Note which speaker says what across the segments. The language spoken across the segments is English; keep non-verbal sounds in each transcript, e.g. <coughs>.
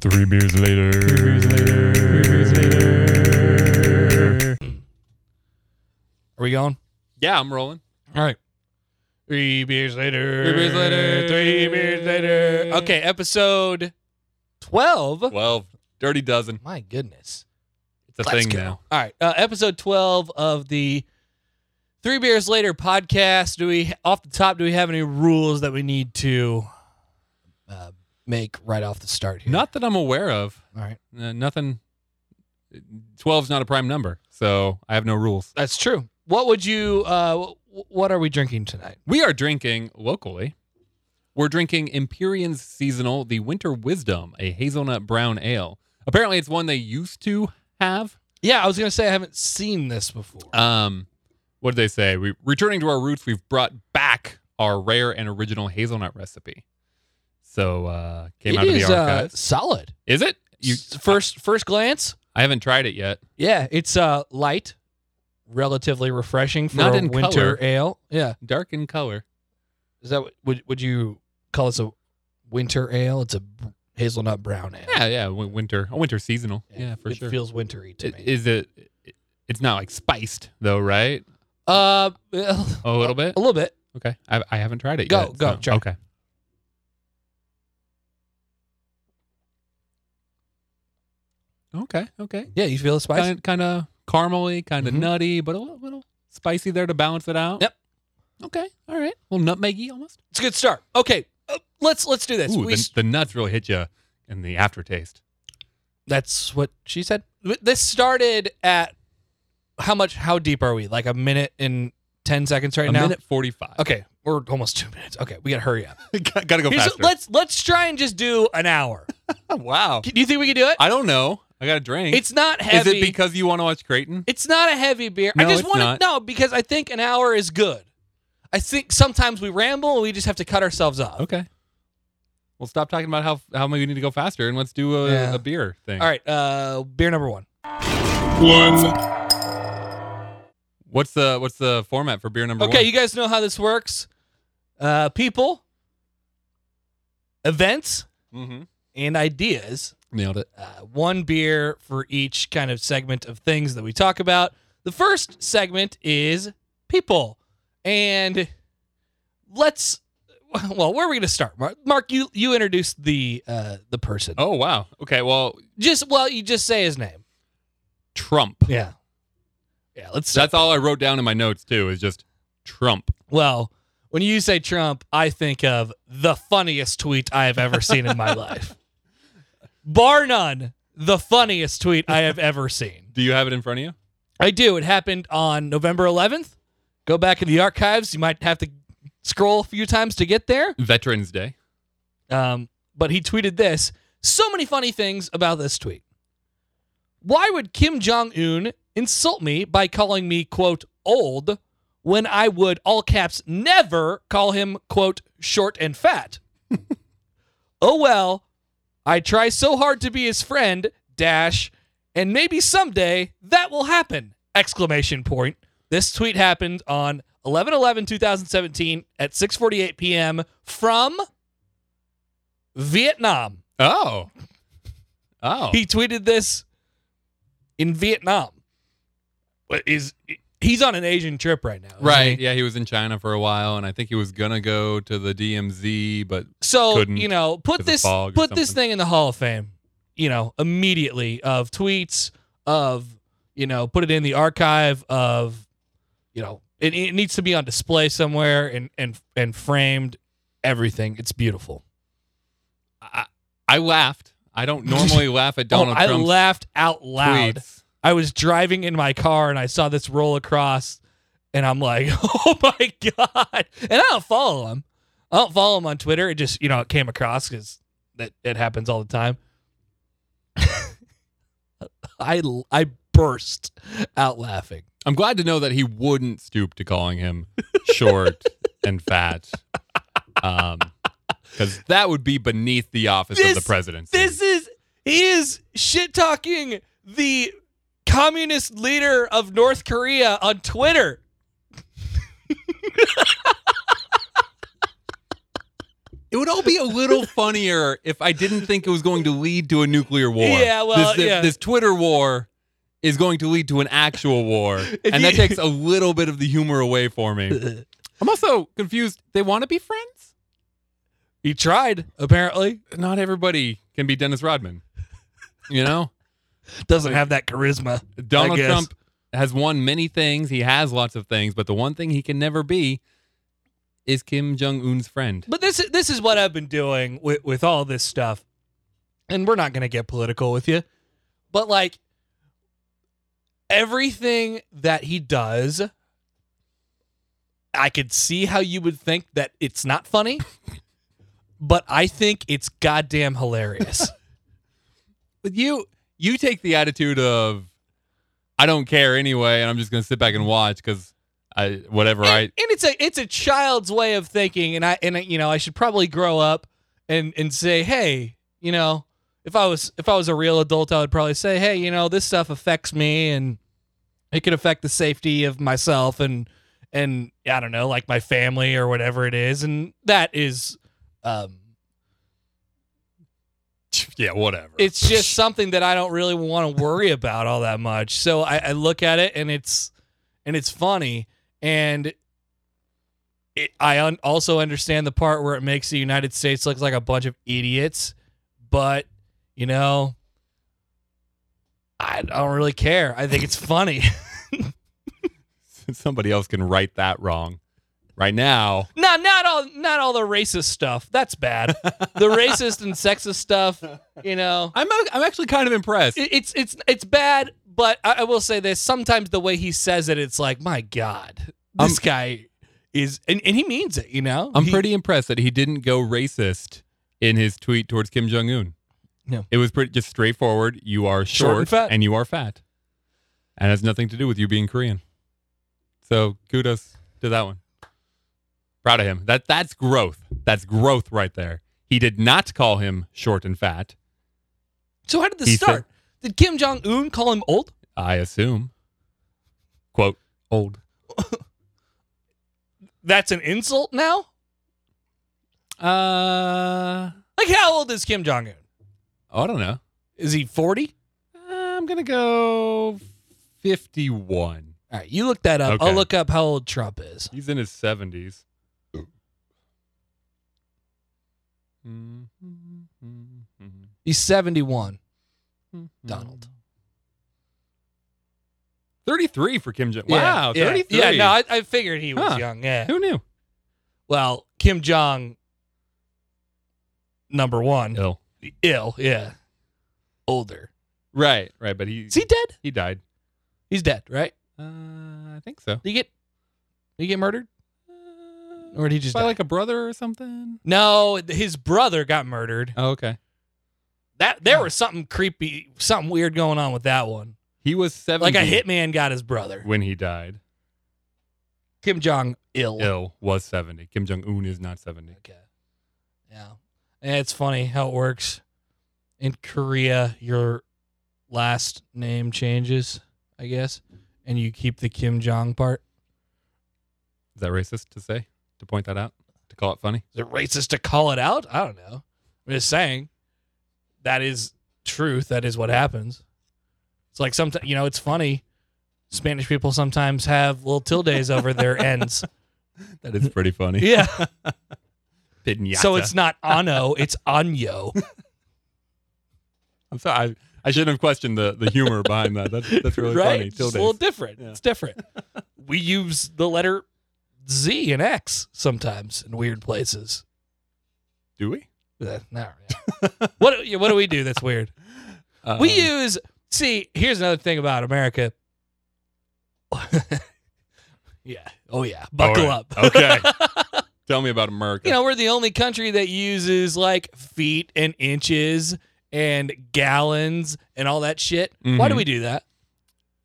Speaker 1: Three beers later. Are we going?
Speaker 2: Yeah, I'm rolling.
Speaker 1: All right. Three beers later.
Speaker 2: Three beers later.
Speaker 1: Three beers later.
Speaker 2: Okay, episode
Speaker 1: 12.
Speaker 2: twelve. Dirty dozen.
Speaker 1: My goodness.
Speaker 2: It's a
Speaker 1: Let's
Speaker 2: thing
Speaker 1: go.
Speaker 2: now. All right, uh, episode twelve of the Three Beers Later podcast. Do we off the top? Do we have any rules that we need to?
Speaker 1: Uh, make right off the start here.
Speaker 2: Not that I'm aware of.
Speaker 1: All right.
Speaker 2: Uh, nothing. Twelve's not a prime number, so I have no rules.
Speaker 1: That's true.
Speaker 2: What would you? Uh,
Speaker 1: W- what are we drinking tonight?
Speaker 2: we are drinking locally. We're drinking Empyrean's seasonal, the Winter Wisdom, a hazelnut brown ale. Apparently, it's one they used to have.
Speaker 1: Yeah, I was going to say I haven't seen this before.
Speaker 2: Um, what did they say? We returning to our roots, we've brought back our rare and original hazelnut recipe. So uh came
Speaker 1: It
Speaker 2: out of the
Speaker 1: is, uh,
Speaker 2: archives.
Speaker 1: solid.
Speaker 2: is it? You
Speaker 1: S- first first glance,
Speaker 2: I haven't tried it yet.
Speaker 1: yeah, it's uh light, relatively refreshing for
Speaker 2: Not
Speaker 1: a
Speaker 2: in
Speaker 1: winter
Speaker 2: color.
Speaker 1: ale. Yeah.
Speaker 2: Dark in color.
Speaker 1: Is that what- would would you call this a winter ale? It's a b- hazelnut brown ale.
Speaker 2: Yeah, yeah, wi- winter. A winter seasonal. Yeah, for
Speaker 1: it
Speaker 2: sure.
Speaker 1: feels wintry to
Speaker 2: I-
Speaker 1: me.
Speaker 2: Is it it's not like spiced though, right?
Speaker 1: uh,
Speaker 2: A little bit.
Speaker 1: a little bit.
Speaker 2: Okay. I, I haven't tried it
Speaker 1: oh. Go,
Speaker 2: yet.
Speaker 1: go,
Speaker 2: so-
Speaker 1: try.
Speaker 2: Okay. Okay, okay.
Speaker 1: Yeah, you feel the spice.
Speaker 2: kind kind of caramely, kind of
Speaker 1: Mhm.
Speaker 2: nutty, but a little, little spicy there to balance it out.
Speaker 1: Yep.
Speaker 2: Okay. All right. Well, nutmeggy almost.
Speaker 1: It's a good start. Okay, uh, let's let's do this.
Speaker 2: Ooh,
Speaker 1: We
Speaker 2: the,
Speaker 1: s-
Speaker 2: the nuts really hit you in the aftertaste.
Speaker 1: that's what she said. This started at how much? How deep are we? Like a minute and ten seconds right
Speaker 2: a
Speaker 1: now.
Speaker 2: minute forty-five.
Speaker 1: Okay, we're almost two minutes. Okay, we <laughs> gotta Oh, hurry up.
Speaker 2: Got- gotta go
Speaker 1: Here's-
Speaker 2: faster.
Speaker 1: let's let's try and just do an hour.
Speaker 2: wow.
Speaker 1: Do you think we can do it?
Speaker 2: I don't know. I got a drink.
Speaker 1: It's not
Speaker 2: Is
Speaker 1: heavy.
Speaker 2: it because you want to watch Creighton?
Speaker 1: It's not a heavy beer. I
Speaker 2: No,
Speaker 1: just
Speaker 2: it's
Speaker 1: want
Speaker 2: not.
Speaker 1: to know because I think an hour is good. I think sometimes we ramble and we just have to cut ourselves off.
Speaker 2: Okay. Well, stop talking about how how we need to go faster and let's do a,
Speaker 1: Yeah.
Speaker 2: a beer thing.
Speaker 1: All right, uh, beer number one.
Speaker 2: What's the what's the format for beer number
Speaker 1: okay,
Speaker 2: one?
Speaker 1: you guys know how this works. Uh, people, events,
Speaker 2: Mm-hmm.
Speaker 1: and ideas.
Speaker 2: Nailed it.
Speaker 1: Uh, one beer for each kind of segment of things that we talk about. The first segment is people, and let's. <laughs> Well, where are we going to start, Mark? Mark, you you introduced the uh, the person.
Speaker 2: Oh wow. Okay. Well,
Speaker 1: Just well, you just say his name.
Speaker 2: Trump.
Speaker 1: Yeah. Yeah, let's start.
Speaker 2: That's all I wrote down in my notes too. Is just Trump.
Speaker 1: Well, when you say Trump, I think of the funniest tweet I have ever seen in my life. Bar none, the funniest tweet I have ever seen.
Speaker 2: Do you have it in front of you?
Speaker 1: I do. It happened on November 11th. Go back in the archives. You might have to scroll a few times to get there.
Speaker 2: Veterans Day.
Speaker 1: Um, but he tweeted this. So many funny things about this tweet. Why would Kim Jong Un insult me by calling me quote old when I would all caps never call him quote short and fat? <laughs> oh well, I try so hard to be his friend dash, and maybe someday that will happen exclamation point. This tweet happened on 11/11/2017 at 6:48 p.m. from Vietnam.
Speaker 2: Oh. Oh.
Speaker 1: He tweeted this in Vietnam. What Is he's on an Asian trip right now? isn't
Speaker 2: right.
Speaker 1: he?
Speaker 2: Yeah, he was in China for a while and I think he was going to go to the DMZ, but
Speaker 1: So
Speaker 2: Couldn't
Speaker 1: you know, put
Speaker 2: 'cause of
Speaker 1: this
Speaker 2: fog or
Speaker 1: put this
Speaker 2: something.
Speaker 1: thing in the Hall of Fame. You know, immediately of tweets of you know, put it in the archive of you know, it, it needs to be on display somewhere and and and framed. Everything. It's beautiful.
Speaker 2: I, I laughed. I
Speaker 1: <laughs>
Speaker 2: don't normally laugh at Donald
Speaker 1: oh, I
Speaker 2: Trump's
Speaker 1: laughed out loud.
Speaker 2: tweets.
Speaker 1: I was driving in my car and I saw this roll across, and I'm like, <laughs> oh my god! And I don't follow him. I don't follow him on Twitter. It just you know it came across because that it happens all the time. <laughs> I I burst out laughing.
Speaker 2: I'm glad to know that he wouldn't stoop to calling him
Speaker 1: <laughs>
Speaker 2: short and fat. Um cuz that would be beneath the office of
Speaker 1: This-
Speaker 2: the presidency.
Speaker 1: This is he is shit talking the communist leader of North Korea on Twitter. <laughs>
Speaker 2: It would all be a little funnier if I didn't think it was going to lead to a nuclear war.
Speaker 1: Yeah, well,
Speaker 2: this, this,
Speaker 1: yeah.
Speaker 2: this Twitter war is going to lead to an actual
Speaker 1: <laughs>
Speaker 2: war, and that
Speaker 1: you-
Speaker 2: takes a little bit of the humor away
Speaker 1: <laughs>
Speaker 2: for me. I'm also confused. They want to be friends.
Speaker 1: He tried, apparently.
Speaker 2: Not everybody can be Dennis Rodman. You know,
Speaker 1: Doesn't have that charisma.
Speaker 2: Donald
Speaker 1: guess.
Speaker 2: Trump has won many things. He has lots of things, but the one thing he can never be is Kim Jong Un's friend.
Speaker 1: But this this is what I've been doing with with all this stuff, and we're not gonna get political with you, but like everything that he does, I could see how you would think that it's not funny, <laughs> but I think it's goddamn hilarious.
Speaker 2: But you you take the attitude of I don't care anyway, and I'm just gonna sit back and watch because I whatever I <laughs>
Speaker 1: And it's a it's a child's way of thinking, and I and I- you know I should probably grow up and and say, hey, you know, if I was if I was a real adult, I would probably say, hey, you know, this stuff affects me, and it could affect the safety of myself and and I don't know, like my family or whatever it is, and that is, um,
Speaker 2: <laughs> yeah whatever.
Speaker 1: it's just something that I don't really want to worry about all that much. So I, I look at it and it's and it's funny and it, I un- also understand the part where it makes the United States look like a bunch of idiots, but you know, I don't really care. I think it's funny. <laughs>
Speaker 2: somebody else can write that wrong. Right now,
Speaker 1: no, not all not all the racist stuff. That's bad.
Speaker 2: <laughs>
Speaker 1: The racist and sexist stuff, you know.
Speaker 2: I'm I'm actually kind of impressed.
Speaker 1: It- it's it's it's bad, but I, I will say this: sometimes the way he says it, it's like, my God, this
Speaker 2: Um,
Speaker 1: guy is, and, and he means it. You know,
Speaker 2: I'm
Speaker 1: He-
Speaker 2: pretty impressed that he didn't go racist in his tweet towards Kim Jong Un.
Speaker 1: No.
Speaker 2: it was pretty just straightforward. You are
Speaker 1: Short
Speaker 2: short,
Speaker 1: and fat.
Speaker 2: and you are fat, and it has nothing to do with you being Korean. So kudos to that one. Proud of him. That that's growth. That's growth right there. He did not call him short and fat.
Speaker 1: So how did this
Speaker 2: he said-
Speaker 1: start? Did Kim Jong Un call him old?
Speaker 2: I assume. Quote old.
Speaker 1: That's an insult now.
Speaker 2: Uh,
Speaker 1: Like, how old is Kim Jong Un?
Speaker 2: I don't know.
Speaker 1: Is he forty?
Speaker 2: I'm gonna go fifty-one.
Speaker 1: All right, you look that up.
Speaker 2: Okay.
Speaker 1: I'll look up how old Trump is.
Speaker 2: He's in his 70s. Donald.
Speaker 1: He's seventy-one. Donald.
Speaker 2: 33 for Kim Jong.
Speaker 1: Yeah,
Speaker 2: Wow,
Speaker 1: yeah,
Speaker 2: 33.
Speaker 1: Yeah, no, I, I figured he was
Speaker 2: Huh.
Speaker 1: young. Yeah.
Speaker 2: Who knew?
Speaker 1: Well, Kim Jong, number one,
Speaker 2: Ill.
Speaker 1: ill. Yeah, older.
Speaker 2: Right, right, but he
Speaker 1: Is he dead?
Speaker 2: he died.
Speaker 1: He's dead, right?
Speaker 2: Uh, I think so.
Speaker 1: Did he get did he get murdered? Or did he just
Speaker 2: by
Speaker 1: die?
Speaker 2: like a brother or something?
Speaker 1: No, his brother got murdered.
Speaker 2: Oh, okay.
Speaker 1: That there was something creepy, something weird going on with that one.
Speaker 2: He was 70
Speaker 1: Like a hitman got his brother.
Speaker 2: when he died.
Speaker 1: Kim Jong Il.
Speaker 2: Ill was 70. Kim Jong Un is not 70.
Speaker 1: Okay. Yeah. And it's funny how it works. In Korea, your last name changes, I guess, and you keep the Kim Jong part.
Speaker 2: Is that racist to say? To point that out? To call it funny?
Speaker 1: Is it racist to call it out? I don't know. I'm just saying that is truth. That is what happens. It's like sometimes you know, it's funny. Spanish people sometimes have little tildes over their ends.
Speaker 2: That is pretty <laughs> funny.
Speaker 1: Yeah.
Speaker 2: Pinata.
Speaker 1: So it's not ano, it's anyo.
Speaker 2: I'm sorry. I, I shouldn't have questioned the, the humor behind that. That's, that's really
Speaker 1: right?
Speaker 2: funny.
Speaker 1: It's a little
Speaker 2: Tildes.
Speaker 1: different.
Speaker 2: Yeah.
Speaker 1: It's different.
Speaker 2: <laughs>
Speaker 1: we use the letter Z and X sometimes in weird places.
Speaker 2: Do we?
Speaker 1: Uh, no,
Speaker 2: <laughs>
Speaker 1: yeah. what yeah, what do we do that's weird?
Speaker 2: Um,
Speaker 1: We use see. Here's another thing about America. <laughs> yeah. Oh yeah. Buckle
Speaker 2: right.
Speaker 1: up.
Speaker 2: Um, Okay. Tell me about
Speaker 1: <laughs>
Speaker 2: America.
Speaker 1: you know we're the only country that uses like feet and inches and gallons and all that shit. Why do
Speaker 2: Mhm.
Speaker 1: we do that?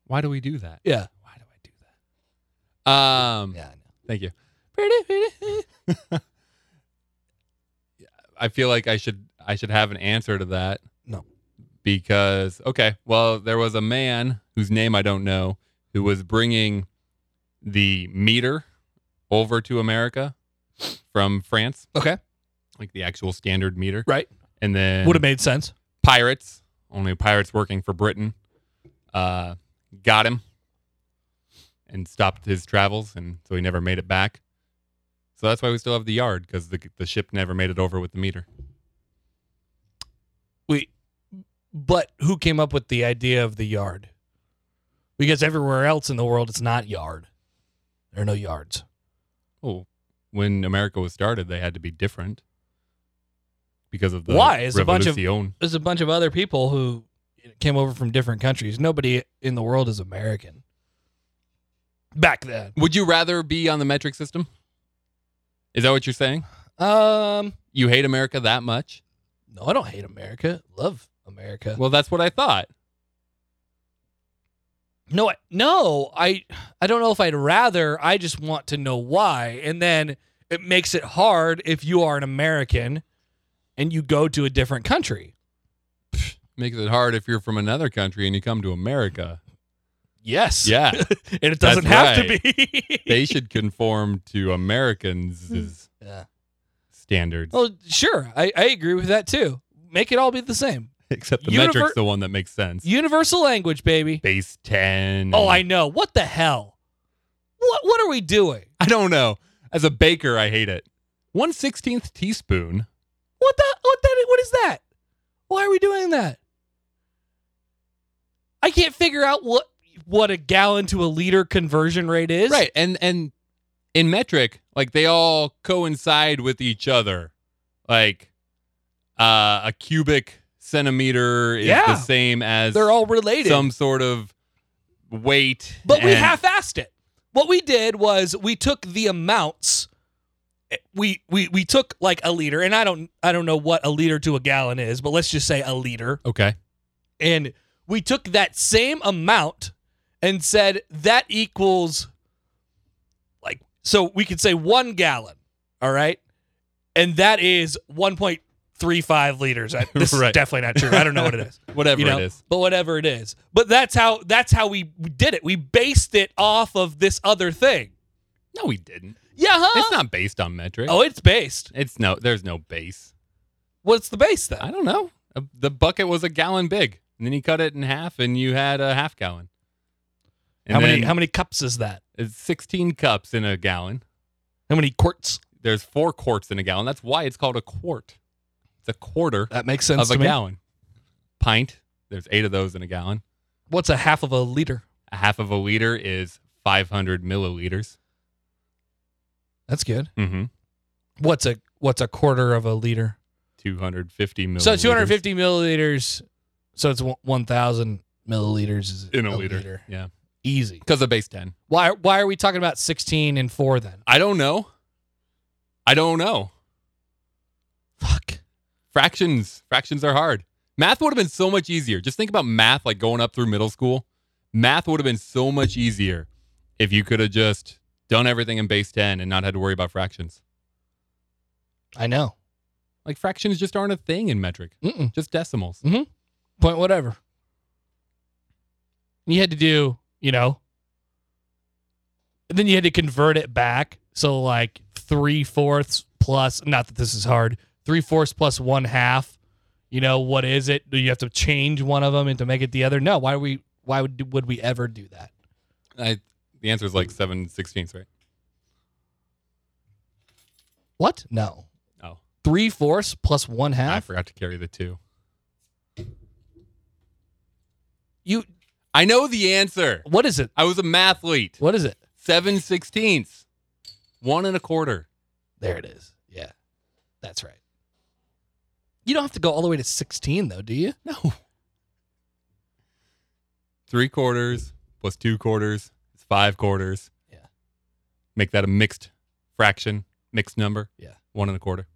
Speaker 2: why do we do that?
Speaker 1: Yeah.
Speaker 2: Why do I do that? Um,
Speaker 1: Yeah.
Speaker 2: Thank you.
Speaker 1: I know.
Speaker 2: I feel like I should I should have an answer to that.
Speaker 1: No.
Speaker 2: Because okay, well, there was a man whose name I don't know who was bringing the meter over to America from France.
Speaker 1: Okay.
Speaker 2: like the actual standard meter.
Speaker 1: Right.
Speaker 2: And then
Speaker 1: Would have made sense.
Speaker 2: pirates, only pirates working for Britain, uh, got him and stopped his travels, and so he never made it back. So that's why we still have the yard because the the ship never made it over with the meter.
Speaker 1: We, but who came up with the idea of the yard? Because everywhere else in the world, it's not yard. There are no yards.
Speaker 2: Oh, when America was started, they had to be different because of the
Speaker 1: Why? It's a bunch of-
Speaker 2: revolution.
Speaker 1: There's a bunch of other people who came over from different countries. Nobody in the world is American. Back then,
Speaker 2: Would you rather be on the metric system? Is that what you're saying?
Speaker 1: um,
Speaker 2: You hate America that much?
Speaker 1: no, I don't hate America. Love America.
Speaker 2: Well, that's what I thought.
Speaker 1: No, I, no, I I don't know if I'd rather. I just want to know why, and then it makes it hard if you are an American and you go to a different country.
Speaker 2: Makes it hard if you're from another country and you come to America.
Speaker 1: Yes.
Speaker 2: Yeah.
Speaker 1: And it doesn't
Speaker 2: That's
Speaker 1: have
Speaker 2: right.
Speaker 1: to be. <laughs>
Speaker 2: they should conform to
Speaker 1: Hmm.
Speaker 2: Americans'
Speaker 1: yeah.
Speaker 2: standards.
Speaker 1: Well, sure. I, I agree with that too. Make it all be the same.
Speaker 2: Except the
Speaker 1: univer-
Speaker 2: metric's the one that makes sense.
Speaker 1: Universal language, baby.
Speaker 2: Base 10.
Speaker 1: Oh, I know. What the hell? What what are we doing?
Speaker 2: I don't know. As a baker, I hate it. 1 16th teaspoon.
Speaker 1: What the what that what is that? Why are we doing that? I can't figure out what what a gallon to a liter conversion rate is.
Speaker 2: Right. And and in metric, like they all coincide with each other. Like uh, a cubic centimeter is
Speaker 1: Yeah.
Speaker 2: the same as
Speaker 1: They're all related.
Speaker 2: some sort of weight.
Speaker 1: but we
Speaker 2: and-
Speaker 1: half-assed it. What we did was we took the amounts we, we we took like a liter and I don't I don't know what a liter to a gallon is, but let's just say a liter.
Speaker 2: Okay.
Speaker 1: and we took that same amount and said that equals like so we could say one gallon all right and that is 1.35 liters I, this is
Speaker 2: <laughs> Right.
Speaker 1: definitely not true i don't know what it is
Speaker 2: Whatever
Speaker 1: you know
Speaker 2: it is.
Speaker 1: but whatever it is but that's how that's how we did it we based it off of this other thing
Speaker 2: No, we didn't.
Speaker 1: yeah huh
Speaker 2: It's not based on metric.
Speaker 1: oh it's based
Speaker 2: It's no, there's no base.
Speaker 1: what's the base then
Speaker 2: I don't know. Uh, The bucket was a gallon big, and then he cut it in half, and you had a half gallon. And
Speaker 1: how many
Speaker 2: then
Speaker 1: how many cups is that
Speaker 2: It's 16 cups in a gallon.
Speaker 1: how many quarts
Speaker 2: There's four quarts in a gallon. That's why it's called a quart. It's a quarter
Speaker 1: that makes sense
Speaker 2: of a
Speaker 1: to me.
Speaker 2: gallon. Pint. There's eight of those in a gallon.
Speaker 1: what's a half of a liter
Speaker 2: A half of a liter is 500 milliliters.
Speaker 1: that's good
Speaker 2: Mm-hmm.
Speaker 1: what's a what's a quarter of a liter?
Speaker 2: 250 milliliters.
Speaker 1: So 250 milliliters. So it's one- 1,000 milliliters is
Speaker 2: in a, liter. Yeah.
Speaker 1: Easy.
Speaker 2: Because of base 10.
Speaker 1: Why why are we talking about 16 and four then?
Speaker 2: I don't know. I don't know.
Speaker 1: Fuck.
Speaker 2: Fractions. Fractions are hard. Math would have been so much easier. Just think about math like going up through middle school. Math would have been so much easier if you could have just done everything in base 10 and not had to worry about fractions.
Speaker 1: I know.
Speaker 2: Like fractions just aren't a thing in metric,
Speaker 1: Mm-mm.
Speaker 2: just decimals.
Speaker 1: Point whatever. You had to do, you know. And then you had to convert it back. So like three fourths plus not that this is hard. Three fourths plus one half. You know, what is it? Do you have to change one of them and to make it the other? No. Why we why would would we ever do that?
Speaker 2: I, the answer is like 7 sixteenths, right?
Speaker 1: What? No.
Speaker 2: Oh,
Speaker 1: Three fourths plus one
Speaker 2: I
Speaker 1: half.
Speaker 2: forgot to carry the two.
Speaker 1: You
Speaker 2: I know the answer.
Speaker 1: what is it?
Speaker 2: I was a mathlete.
Speaker 1: What is it?
Speaker 2: 7 sixteenths, one and a quarter.
Speaker 1: There it is. Yeah. That's right. You don't have to go all the way to 16 though, do you? No.
Speaker 2: three quarters plus two quarters is five quarters.
Speaker 1: Yeah.
Speaker 2: Make that a mixed fraction, mixed number.
Speaker 1: Yeah.
Speaker 2: One and a quarter,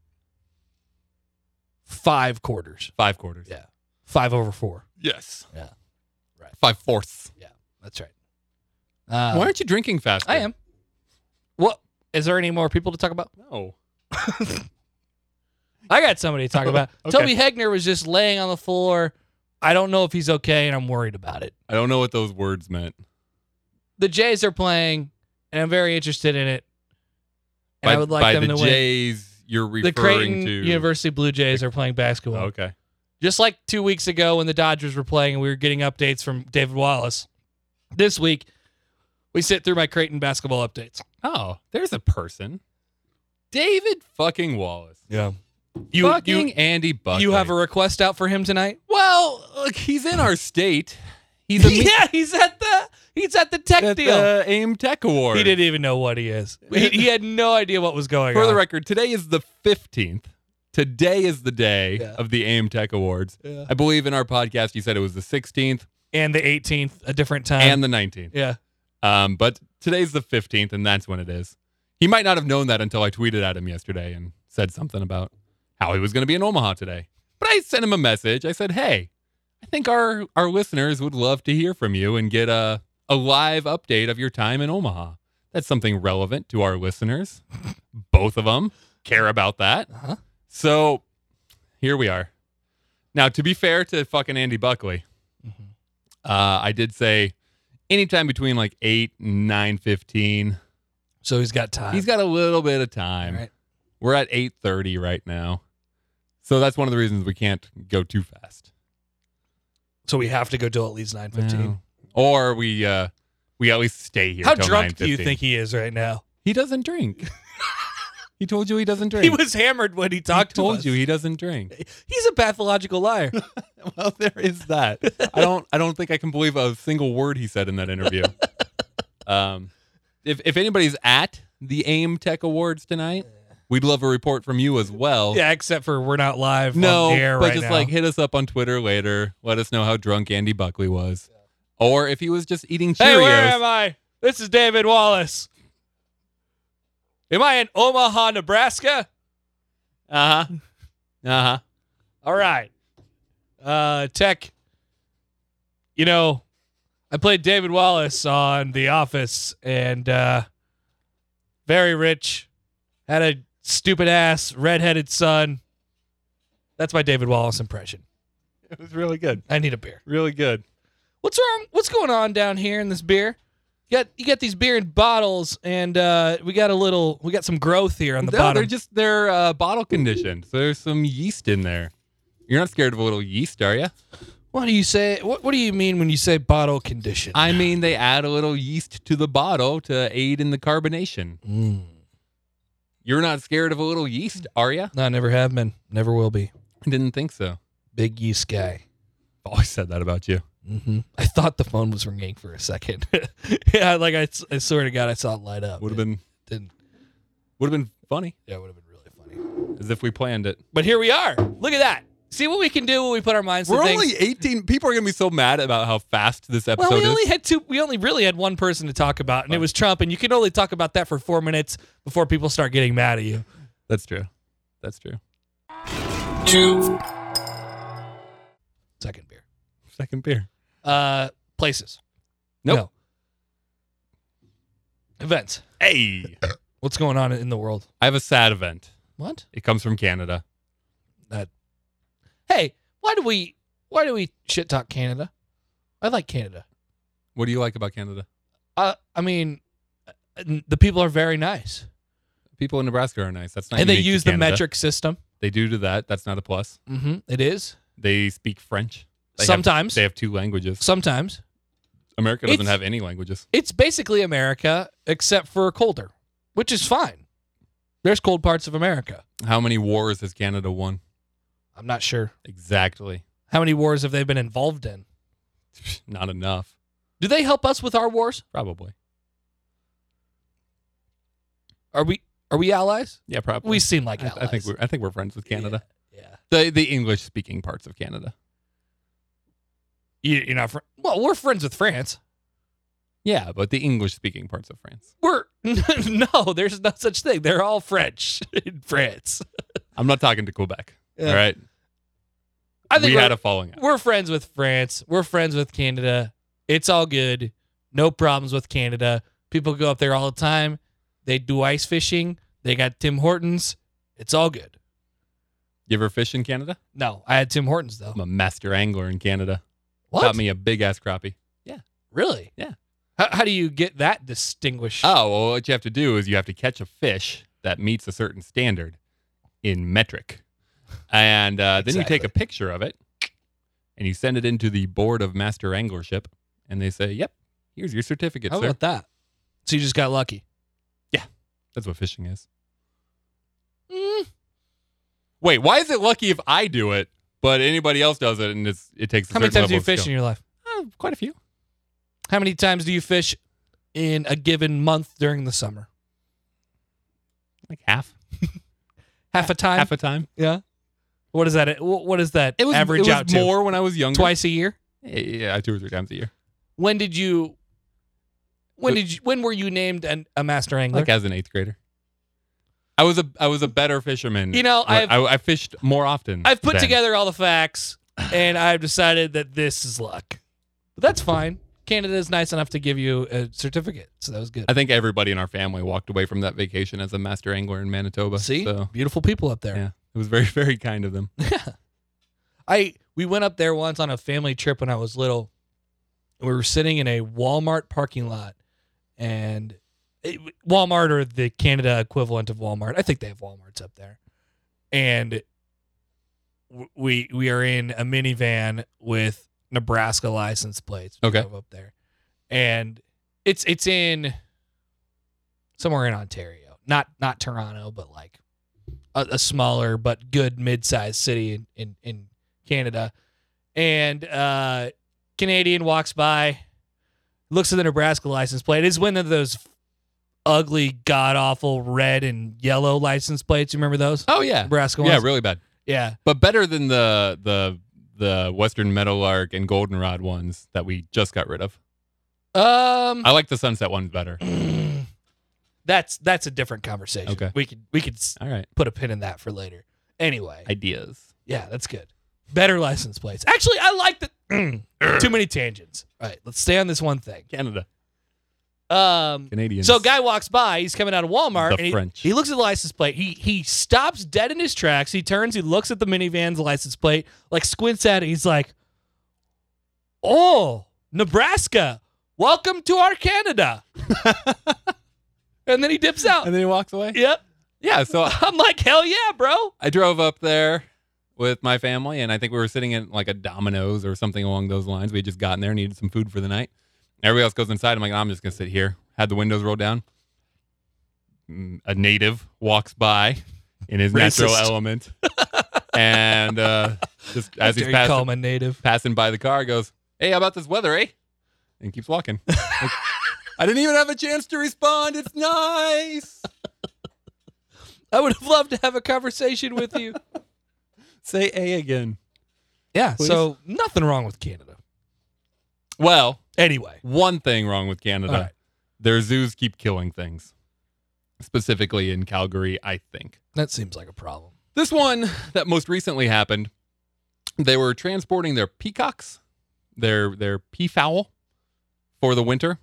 Speaker 1: Five quarters.
Speaker 2: five quarters.
Speaker 1: Yeah. Five over four.
Speaker 2: Yes.
Speaker 1: Yeah. Right.
Speaker 2: Five fourths.
Speaker 1: That's right. Uh,
Speaker 2: Why aren't you drinking faster?
Speaker 1: I am. What is there any more people to talk about?
Speaker 2: No.
Speaker 1: I got somebody to talk about.
Speaker 2: Okay.
Speaker 1: Toby Hegner was just laying on the floor. I don't know if he's okay, and I'm worried about it.
Speaker 2: I don't know what those words meant.
Speaker 1: The Jays are playing, and I'm very interested in it. And
Speaker 2: by
Speaker 1: I would like
Speaker 2: by
Speaker 1: them
Speaker 2: the
Speaker 1: to win.
Speaker 2: Jays, you're referring
Speaker 1: the Creighton
Speaker 2: to. Oh,
Speaker 1: University Blue Jays are playing basketball.
Speaker 2: Okay.
Speaker 1: Just like two weeks ago when the Dodgers were playing and we were getting updates from David Wallace. This week, we sit through my Creighton basketball updates.
Speaker 2: Oh, there's a person. David fucking Wallace.
Speaker 1: Yeah. You
Speaker 2: fucking
Speaker 1: you,
Speaker 2: Andy Buckley.
Speaker 1: you have a request out for him tonight?
Speaker 2: well. Look, he's in our state. <laughs> He's a me-
Speaker 1: yeah, he's at the he's at the tech
Speaker 2: at
Speaker 1: deal.
Speaker 2: the AIM Tech Award.
Speaker 1: he didn't even know what he is. He, he had no idea what was going
Speaker 2: For
Speaker 1: on.
Speaker 2: the record, today is the 15th. Today is the day
Speaker 1: Yeah.
Speaker 2: of the AIM Tech Awards.
Speaker 1: Yeah.
Speaker 2: I believe in our podcast you said it was the 16th
Speaker 1: and the 18th, a different time.
Speaker 2: and the 19th.
Speaker 1: yeah,
Speaker 2: Um, but today's the 15th, and that's when it is. He might not have known that until I tweeted at him yesterday and said something about how he was going to be in Omaha today. But I sent him a message. I said, "Hey, I think our our listeners would love to hear from you and get a a live update of your time in Omaha. That's something relevant to our listeners. Both of them care about that.
Speaker 1: Uh-huh.
Speaker 2: So here we are. Now, to be fair to fucking Andy Buckley, uh, I did say anytime between like eight and nine fifteen.
Speaker 1: so he's got time.
Speaker 2: He's got a little bit of time.
Speaker 1: All right.
Speaker 2: We're at 8:30 right now. So that's one of the reasons we can't go too fast.
Speaker 1: So we have to go do at least 9:15.
Speaker 2: Or we uh we at least stay here
Speaker 1: How
Speaker 2: till
Speaker 1: drunk do you
Speaker 2: 9:15.
Speaker 1: think he is right now?
Speaker 2: he
Speaker 1: <laughs>
Speaker 2: doesn't drink? he told you he doesn't drink.
Speaker 1: He was hammered when he
Speaker 2: He
Speaker 1: talked to
Speaker 2: told
Speaker 1: us.
Speaker 2: you he doesn't drink.
Speaker 1: He's a pathological liar.
Speaker 2: <laughs> Well, there is that. I don't I don't think I can believe a single word he said in that <laughs> interview. um if if anybody's at the AIM Tech Awards tonight, we'd love a report from you as well.
Speaker 1: yeah, except for we're not live
Speaker 2: No,
Speaker 1: on the air
Speaker 2: but
Speaker 1: right
Speaker 2: just
Speaker 1: now.
Speaker 2: like hit us up on Twitter later. Let us know how drunk Andy Buckley was, or if he was just eating Cheerios.
Speaker 1: hey, where am I? This is David Wallace. Am I in Omaha, Nebraska?
Speaker 2: Uh huh. Uh huh.
Speaker 1: All right. Uh Tech. You know, I played David Wallace on The Office and uh very rich. Had a stupid ass redheaded son. That's my David Wallace impression.
Speaker 2: It was really good.
Speaker 1: I need a beer.
Speaker 2: Really good.
Speaker 1: What's wrong? What's going on down here in this beer? You got you got these beer in bottles and uh we got a little we got some growth here on the
Speaker 2: no,
Speaker 1: bottom.
Speaker 2: they're just they're uh, bottle conditioned, so there's some yeast in there. You're not scared of a little yeast, are you?
Speaker 1: what do you say what what do you mean when you say bottle condition?
Speaker 2: I mean, they add a little yeast to the bottle to aid in the carbonation.
Speaker 1: Mm.
Speaker 2: You're not scared of a little yeast, are you?
Speaker 1: No, I never have been. Never will be.
Speaker 2: I didn't think so.
Speaker 1: Big yeast guy.
Speaker 2: I've always said that about you.
Speaker 1: hmm I thought the phone was ringing for a second. <laughs> yeah, like I, s- I swear to God, I saw it light up.
Speaker 2: Would have
Speaker 1: It
Speaker 2: been
Speaker 1: Didn't,
Speaker 2: would have been funny
Speaker 1: yeah, would have been really funny.
Speaker 2: as if we planned it.
Speaker 1: But here we are. Look at that. See what we can do when we put our minds to
Speaker 2: We're
Speaker 1: things.
Speaker 2: only 18. People are going to be so mad about how fast this
Speaker 1: well,
Speaker 2: episode
Speaker 1: we
Speaker 2: is.
Speaker 1: only had two. We only really had one person to talk about, and it
Speaker 2: Fuck.
Speaker 1: was Trump. And you can only talk about that for four minutes before people start getting mad at you.
Speaker 2: That's true. That's true.
Speaker 1: Two. Second beer.
Speaker 2: Second beer.
Speaker 1: Uh, places.
Speaker 2: Nope.
Speaker 1: No. Events.
Speaker 2: Hey.
Speaker 1: What's going on in the world?
Speaker 2: I have a sad event.
Speaker 1: What?
Speaker 2: It comes from Canada.
Speaker 1: Hey, why do we why do we shit talk Canada? I like Canada.
Speaker 2: What do you like about Canada?
Speaker 1: Uh, I mean, uh, the people are very nice,
Speaker 2: People in Nebraska are nice. That's not
Speaker 1: and they
Speaker 2: unique to
Speaker 1: use the
Speaker 2: Canada.
Speaker 1: metric system.
Speaker 2: They do to that. That's not a plus.
Speaker 1: Mm-hmm. It is
Speaker 2: They speak French. They have-
Speaker 1: sometimes.
Speaker 2: they have two languages.
Speaker 1: sometimes
Speaker 2: America doesn't
Speaker 1: It's-
Speaker 2: have any languages.
Speaker 1: it's basically America except for colder, which is fine. There's cold parts of America.
Speaker 2: How many wars has Canada won?
Speaker 1: I'm not sure
Speaker 2: Exactly. <laughs>
Speaker 1: how many wars have they been involved in.
Speaker 2: Not enough,
Speaker 1: Do they help us with our wars?
Speaker 2: probably.
Speaker 1: Are we are we allies?
Speaker 2: Yeah, probably.
Speaker 1: We seem like
Speaker 2: I,
Speaker 1: allies.
Speaker 2: I think we're I think we're friends with Canada.
Speaker 1: Yeah.
Speaker 2: The the English speaking parts of Canada.
Speaker 1: You, you're not. Fr- well, we're friends with France.
Speaker 2: Yeah, but the English speaking parts of France.
Speaker 1: We're <laughs> no, there's no such thing. They're all French <laughs> in France.
Speaker 2: I'm not talking to Quebec.
Speaker 1: Yeah.
Speaker 2: All right.
Speaker 1: I think
Speaker 2: we
Speaker 1: we're,
Speaker 2: had a falling out.
Speaker 1: we're friends with France. We're friends with Canada. It's all good. No problems with Canada. People go up there all the time. They do ice fishing. They got Tim Hortons. It's all good.
Speaker 2: You ever fish in Canada?
Speaker 1: No, I had Tim Hortons though.
Speaker 2: I'm a master angler in Canada.
Speaker 1: What?
Speaker 2: Got me a big ass crappie.
Speaker 1: Really?
Speaker 2: Yeah.
Speaker 1: How, how do you get that distinguished?
Speaker 2: Oh, well, what you have to do is you have to catch a fish that meets a certain standard. in metric. And uh, then you take a picture of it and you send it into the board of master anglership. And they say, yep, here's your certificate,
Speaker 1: How
Speaker 2: sir.
Speaker 1: about that? So you just got lucky.
Speaker 2: That's what fishing is.
Speaker 1: Mm,
Speaker 2: Wait, why is it lucky if I do it, but anybody else does it and it's, it takes a
Speaker 1: How many times
Speaker 2: certain
Speaker 1: do you
Speaker 2: level of
Speaker 1: fish in
Speaker 2: skill?
Speaker 1: your life?
Speaker 2: Oh, quite a few.
Speaker 1: How many times do you fish in a given month during the summer?
Speaker 2: Like half.
Speaker 1: Half a time.
Speaker 2: half a time.
Speaker 1: yeah. What is that? wh- What is that
Speaker 2: It was
Speaker 1: average
Speaker 2: it was
Speaker 1: out to?
Speaker 2: more when I was younger.
Speaker 1: Twice a year.
Speaker 2: Yeah, two or three times a year.
Speaker 1: When did you? When
Speaker 2: The-
Speaker 1: did you? When were you named an, a master angler?
Speaker 2: Like as an eighth grader. I was a I was a better fisherman.
Speaker 1: You know,
Speaker 2: I
Speaker 1: I've-
Speaker 2: I, I fished more often.
Speaker 1: I've put
Speaker 2: then.
Speaker 1: together all the facts, and I've decided that this is luck. But that's fine. Canada is nice enough to give you a certificate, so that was good.
Speaker 2: I think everybody in our family walked away from that vacation as a master angler in Manitoba.
Speaker 1: See,
Speaker 2: so
Speaker 1: beautiful people up there.
Speaker 2: yeah, it was very <laughs> very kind of them.
Speaker 1: I we went up there once on a family trip when I was little. We were sitting in a Walmart parking lot, and it, Walmart or the Canada equivalent of Walmart. I think they have WalMarts up there, and w- we we are in a minivan with Nebraska license plates. We
Speaker 2: Okay.
Speaker 1: drove up there, and it's it's in somewhere in Ontario, not not Toronto, but like a, a smaller but good mid-sized city in in, in Canada. And uh, Canadian walks by, looks at the Nebraska license plate. It's one of those ugly, god awful red and yellow license plates. You remember those
Speaker 2: Oh yeah,
Speaker 1: Nebraska ones?
Speaker 2: yeah, really bad,
Speaker 1: yeah.
Speaker 2: but better than the the the Western Meadowlark and Goldenrod ones that we just got rid of.
Speaker 1: Um,
Speaker 2: I like the sunset ones better.
Speaker 1: <clears throat> that's that's a different conversation.
Speaker 2: Okay.
Speaker 1: we could we could s-
Speaker 2: All right,
Speaker 1: put a pin in that for later. Anyway,
Speaker 2: ideas.
Speaker 1: yeah, that's good. Better license plates. Actually, I like the <clears throat> too many tangents. All right, let's stay on this one thing.
Speaker 2: Canada,
Speaker 1: Um,
Speaker 2: Canadians.
Speaker 1: So a guy walks by, he's coming out of Walmart,
Speaker 2: The
Speaker 1: and he,
Speaker 2: French.
Speaker 1: he looks at the license plate. He he stops dead in his tracks. He turns, he looks at the minivan's license plate, like squints at it. He's like, "Oh, Nebraska, welcome to our <laughs> Canada." and then he dips out.
Speaker 2: and then he walks away.
Speaker 1: Yep.
Speaker 2: Yeah, so
Speaker 1: <laughs> I'm like, hell yeah, bro.
Speaker 2: I drove up there with my family, and I think we were sitting in like a Domino's or something along those lines. We had just gotten there, needed some food for the night. Everybody else goes inside. I'm like, I'm just gonna sit here. Had the windows rolled down. Mm, A native walks by in his natural
Speaker 1: Racist.
Speaker 2: element, <laughs> and uh, just as
Speaker 1: Dare
Speaker 2: he's
Speaker 1: you
Speaker 2: passing,
Speaker 1: call him a native.
Speaker 2: passing by the car, goes, "Hey, how about this weather, eh?" And keeps walking. Like, I didn't even have a chance to respond.
Speaker 1: <laughs>
Speaker 2: It's nice.
Speaker 1: I would have loved to have a conversation with you.
Speaker 2: Say a again.
Speaker 1: <laughs> yeah.
Speaker 2: Please.
Speaker 1: So nothing wrong with Canada.
Speaker 2: Well,
Speaker 1: Anyway.
Speaker 2: one thing wrong with Canada.
Speaker 1: All right.
Speaker 2: Their zoos keep killing things. Specifically in Calgary, I think.
Speaker 1: That seems like a problem.
Speaker 2: This one that most recently happened, they were transporting their peacocks, their their peafowl for the winter.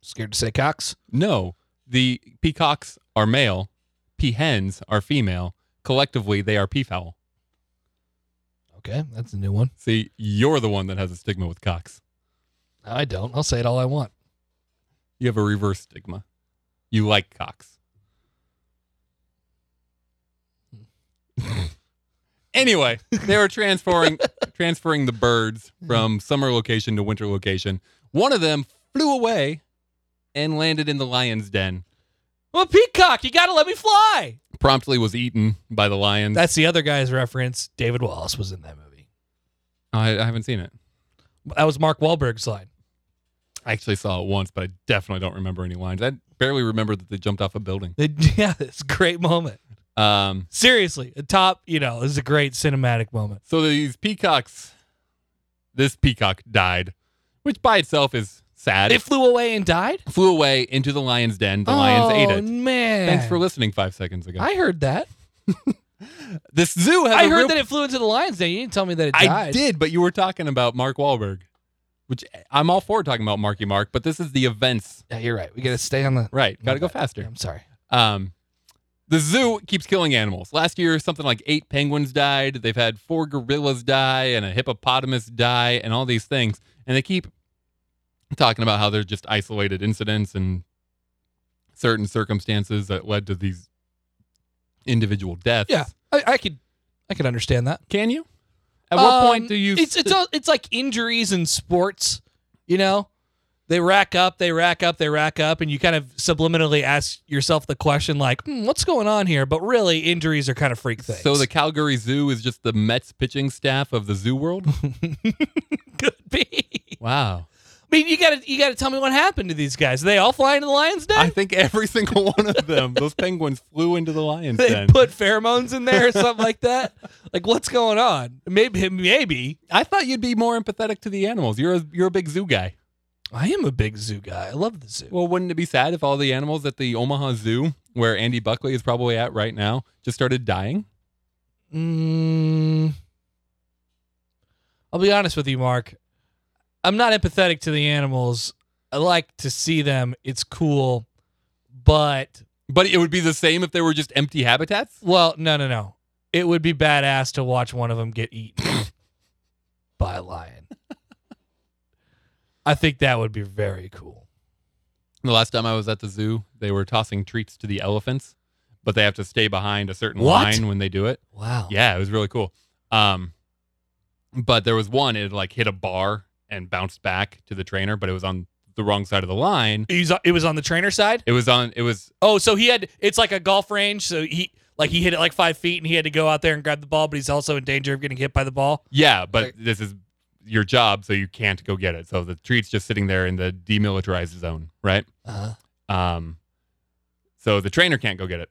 Speaker 1: Scared to say Cox?
Speaker 2: No, the peacocks are male, peahens are female. Collectively, they are peafowl.
Speaker 1: Okay, that's a new one.
Speaker 2: See, you're the one that has a stigma with cocks.
Speaker 1: No, I don't. I'll say it all I want.
Speaker 2: You have a reverse stigma. You like cocks. <laughs> anyway, they were transferring transferring the birds from summer location to winter location. One of them flew away and landed in the lion's den.
Speaker 1: Well, Peacock, you gotta let me fly.
Speaker 2: Promptly was eaten by the lions.
Speaker 1: That's the other guy's reference. David Wallace was in that movie.
Speaker 2: I, I haven't seen it.
Speaker 1: That was Mark Wahlberg's line. <laughs>
Speaker 2: I actually saw it once, but I definitely don't remember any lines. I barely remember that they jumped off a building.
Speaker 1: They- yeah, it's a great moment.
Speaker 2: Um,
Speaker 1: Seriously, a top, you know, this is a great cinematic moment.
Speaker 2: So these peacocks, this peacock died, which by itself is sad.
Speaker 1: It flew away and died?
Speaker 2: flew away into the lion's den. The lions ate
Speaker 1: Oh,
Speaker 2: it.
Speaker 1: man.
Speaker 2: Thanks for listening five seconds ago.
Speaker 1: I heard that.
Speaker 2: this zoo has
Speaker 1: I
Speaker 2: a
Speaker 1: heard
Speaker 2: real-
Speaker 1: that it flew into the lion's den. You didn't tell me that it died.
Speaker 2: I did, but you were talking about Mark Wahlberg, which I'm all for talking about Marky Mark, but this is the events.
Speaker 1: Yeah, you're right. We gotta stay on the.
Speaker 2: Right. Got to
Speaker 1: My
Speaker 2: go
Speaker 1: bad.
Speaker 2: faster.
Speaker 1: I'm sorry.
Speaker 2: Um, the zoo keeps killing animals. Last year, something like eight penguins died. They've had four gorillas die and a hippopotamus die and all these things. And they keep talking about how they're just isolated incidents and certain circumstances that led to these individual deaths.
Speaker 1: Yeah, I, I could, I could understand that.
Speaker 2: Can you? At what
Speaker 1: Um,
Speaker 2: point do you?
Speaker 1: It's it's all, it's like injuries in sports. You know, they rack up, they rack up, they rack up, and you kind of subliminally ask yourself the question like, hmm, "What's going on here?" But really, injuries are kind of freak things.
Speaker 2: so the Calgary Zoo is just the Mets pitching staff of the zoo
Speaker 1: <laughs>
Speaker 2: world.
Speaker 1: <laughs> could be.
Speaker 2: wow.
Speaker 1: I mean, you gotta you gotta tell me what happened to these guys. Are they all flying to the lion's <laughs> den?
Speaker 2: I think every <laughs> single one of them, those penguins flew into the lion's
Speaker 1: they
Speaker 2: den.
Speaker 1: put pheromones in there or something like that. Like, what's going on? Maybe, maybe
Speaker 2: I thought you'd be more empathetic to the animals. You're a, you're a big zoo guy.
Speaker 1: I am a big zoo guy. I love the zoo.
Speaker 2: Well, wouldn't it be sad if all the animals at the Omaha Zoo, where Andy Buckley is probably at right now, just started dying?
Speaker 1: Mm, I'll be honest with you, Mark. I'm not empathetic to the animals. I like to see them. It's cool, but
Speaker 2: But it would be the same if there were just empty habitats.
Speaker 1: well, no, no, no. It would be badass to watch one of them get eaten <laughs> by a lion. I think that would be very cool.
Speaker 2: The last time I was at the zoo, they were tossing treats to the elephants, but they have to stay behind a certain
Speaker 1: What?
Speaker 2: line when they do it.
Speaker 1: Wow.
Speaker 2: Yeah, it was really cool. Um, but there was one it like hit a bar and bounced back to the trainer, but it was on the wrong side of the line.
Speaker 1: He's, it was on the trainer side.
Speaker 2: It was on. It was
Speaker 1: Oh, so he had it's like a golf range. So he like he hit it like five feet, and he had to go out there and grab the ball, but he's also in danger of getting hit by the ball.
Speaker 2: yeah, but
Speaker 1: Like-
Speaker 2: this is your job, so you can't go get it. So the treat's just sitting there in the demilitarized zone, right?
Speaker 1: Uh-huh.
Speaker 2: Um, so the trainer can't go get it,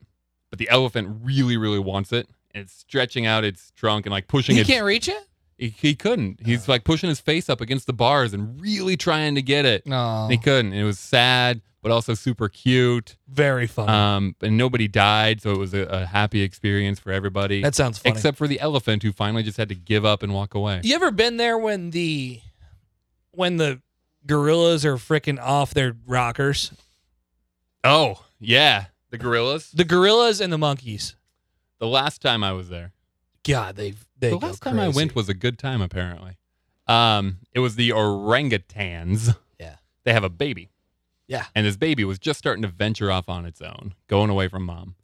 Speaker 2: but the elephant really, really wants it, and it's stretching out its trunk and like pushing
Speaker 1: He
Speaker 2: its
Speaker 1: can't reach it.
Speaker 2: He, he couldn't. He's like pushing his face up against the bars and really trying to get it.
Speaker 1: No,
Speaker 2: And he couldn't. It was sad, but also super cute.
Speaker 1: very funny.
Speaker 2: Um, and nobody died, so it was a, a happy experience for everybody,
Speaker 1: that sounds funny.
Speaker 2: except for the elephant who finally just had to give up and walk away.
Speaker 1: you ever been there when the when the gorillas are freaking off their rockers?
Speaker 2: Oh yeah, the gorillas.
Speaker 1: The gorillas and the monkeys.
Speaker 2: The last time I was there,
Speaker 1: God, they they
Speaker 2: the
Speaker 1: go
Speaker 2: last time I
Speaker 1: crazy.
Speaker 2: went was a good time apparently. Um, it was the orangutans.
Speaker 1: Yeah.
Speaker 2: they have a baby.
Speaker 1: Yeah.
Speaker 2: and this baby was just starting to venture off on its own, going away from mom.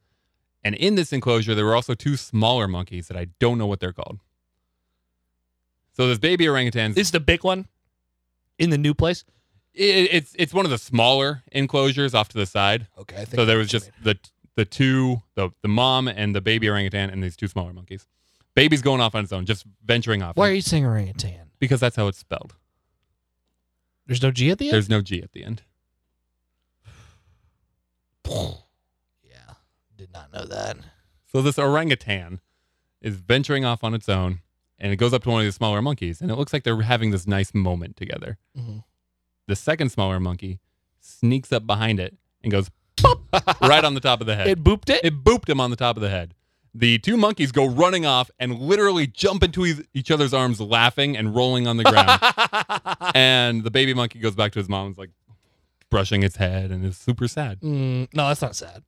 Speaker 2: And in this enclosure, there were also two smaller monkeys that I don't know what they're called. So this baby orangutan
Speaker 1: This is the big one in the new place.
Speaker 2: it, it's it's one of the smaller enclosures off to the side.
Speaker 1: Okay, I think
Speaker 2: So there was just the the two the the mom and the baby orangutan and these two smaller monkeys. Baby's going off on its own, just venturing off.
Speaker 1: Why are you saying orangutan?
Speaker 2: Because that's how it's spelled.
Speaker 1: There's no G at the end.
Speaker 2: There's no G at the end.
Speaker 1: yeah, did not know that.
Speaker 2: So this orangutan is venturing off on its own, and it goes up to one of the smaller monkeys, and it looks like they're having this nice moment together.
Speaker 1: Mhm.
Speaker 2: The second smaller monkey sneaks up behind it and goes <laughs> pop right on the top of the head.
Speaker 1: It booped <laughs> it.
Speaker 2: It booped him on the top of the head. The two monkeys go running off and literally jump into e- each other's arms, laughing and rolling on
Speaker 1: <laughs>
Speaker 2: the ground. and the baby monkey goes back to his mom's, like brushing its head, and is super sad.
Speaker 1: Mm, no, that's not sad.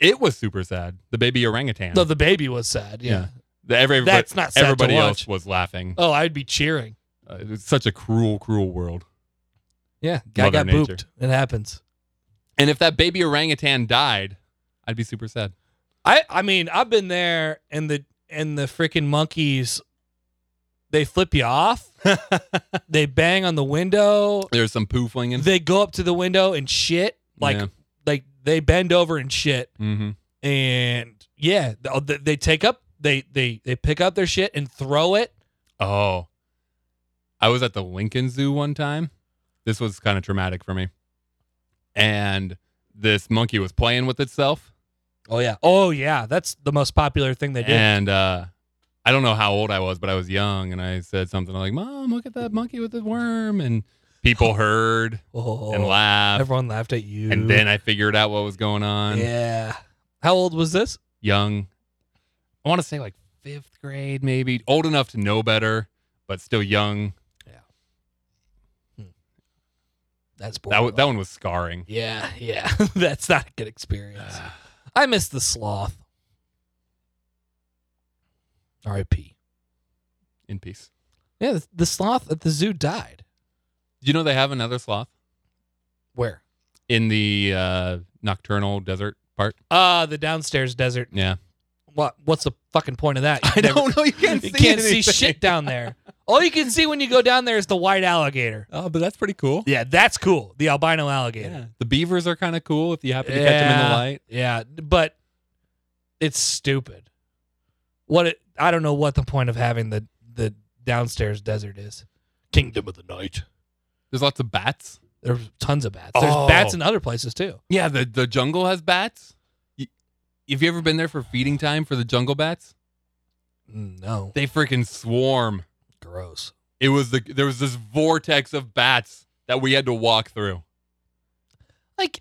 Speaker 2: It was super sad. The baby orangutan.
Speaker 1: No, the baby was sad. Yeah.
Speaker 2: Yeah. The- every- everybody,
Speaker 1: That's not sad to
Speaker 2: everybody
Speaker 1: watch.
Speaker 2: else was laughing.
Speaker 1: Oh, I'd be cheering.
Speaker 2: Uh, it's such a cruel, cruel world.
Speaker 1: Yeah, guy
Speaker 2: Mother
Speaker 1: got
Speaker 2: nature.
Speaker 1: booped. It happens.
Speaker 2: And if that baby orangutan died, I'd be
Speaker 1: <laughs>
Speaker 2: super sad.
Speaker 1: I I mean, I've been there, and the and the freaking monkeys, they flip you <laughs> off. they bang on the window.
Speaker 2: There's some poo flinging.
Speaker 1: They go up to the window and shit. Like
Speaker 2: Yeah.
Speaker 1: like they bend over and shit.
Speaker 2: hmm
Speaker 1: And yeah, th- th- they take up they they they pick up their shit and throw it.
Speaker 2: Oh. I was at the Lincoln Zoo one time. This was kind of traumatic for me. And this monkey was playing with itself.
Speaker 1: Oh yeah. Oh yeah. That's the most popular thing they do.
Speaker 2: And uh, I don't know how old I was, but I was young. And I said something like, Mom, look at that monkey with the worm. And people heard
Speaker 1: oh,
Speaker 2: and laughed.
Speaker 1: everyone laughed at you.
Speaker 2: And then I figured out what was going on.
Speaker 1: yeah. How old was this?
Speaker 2: Young. I want to say like fifth grade, maybe. Old enough to know better, but still young.
Speaker 1: That's
Speaker 2: That, w- that one was scarring.
Speaker 1: Yeah, yeah. <laughs> Ah. That's not a good experience. I miss the sloth. R.I.P.
Speaker 2: In peace.
Speaker 1: Yeah, the, the sloth at the zoo died.
Speaker 2: Do you know they have another sloth
Speaker 1: Where?
Speaker 2: in the uh, nocturnal desert part?
Speaker 1: Uh, the downstairs desert.
Speaker 2: Yeah.
Speaker 1: what? What's the fucking point of <laughs> that? You
Speaker 2: I
Speaker 1: never-
Speaker 2: don't know. You can't see
Speaker 1: You can't see
Speaker 2: anything.
Speaker 1: shit down there. All you can see when you go down there is the white alligator.
Speaker 2: Oh, but that's pretty cool.
Speaker 1: Yeah, that's cool. The albino alligator.
Speaker 2: The beavers are kind of cool if you happen to catch them in the
Speaker 1: Yeah.
Speaker 2: light.
Speaker 1: Yeah, but it's stupid. What it, I don't know what the point of having the the downstairs desert is. Kingdom of the night.
Speaker 2: There's lots of bats.
Speaker 1: There's tons of bats. There's
Speaker 2: Oh.
Speaker 1: bats in other places too.
Speaker 2: Yeah, the, the jungle has bats. Y- Have you ever been there for feeding time for the jungle bats?
Speaker 1: No,
Speaker 2: They freaking swarm.
Speaker 1: gross.
Speaker 2: It was the there was this vortex of bats that we had to walk through.
Speaker 1: Like,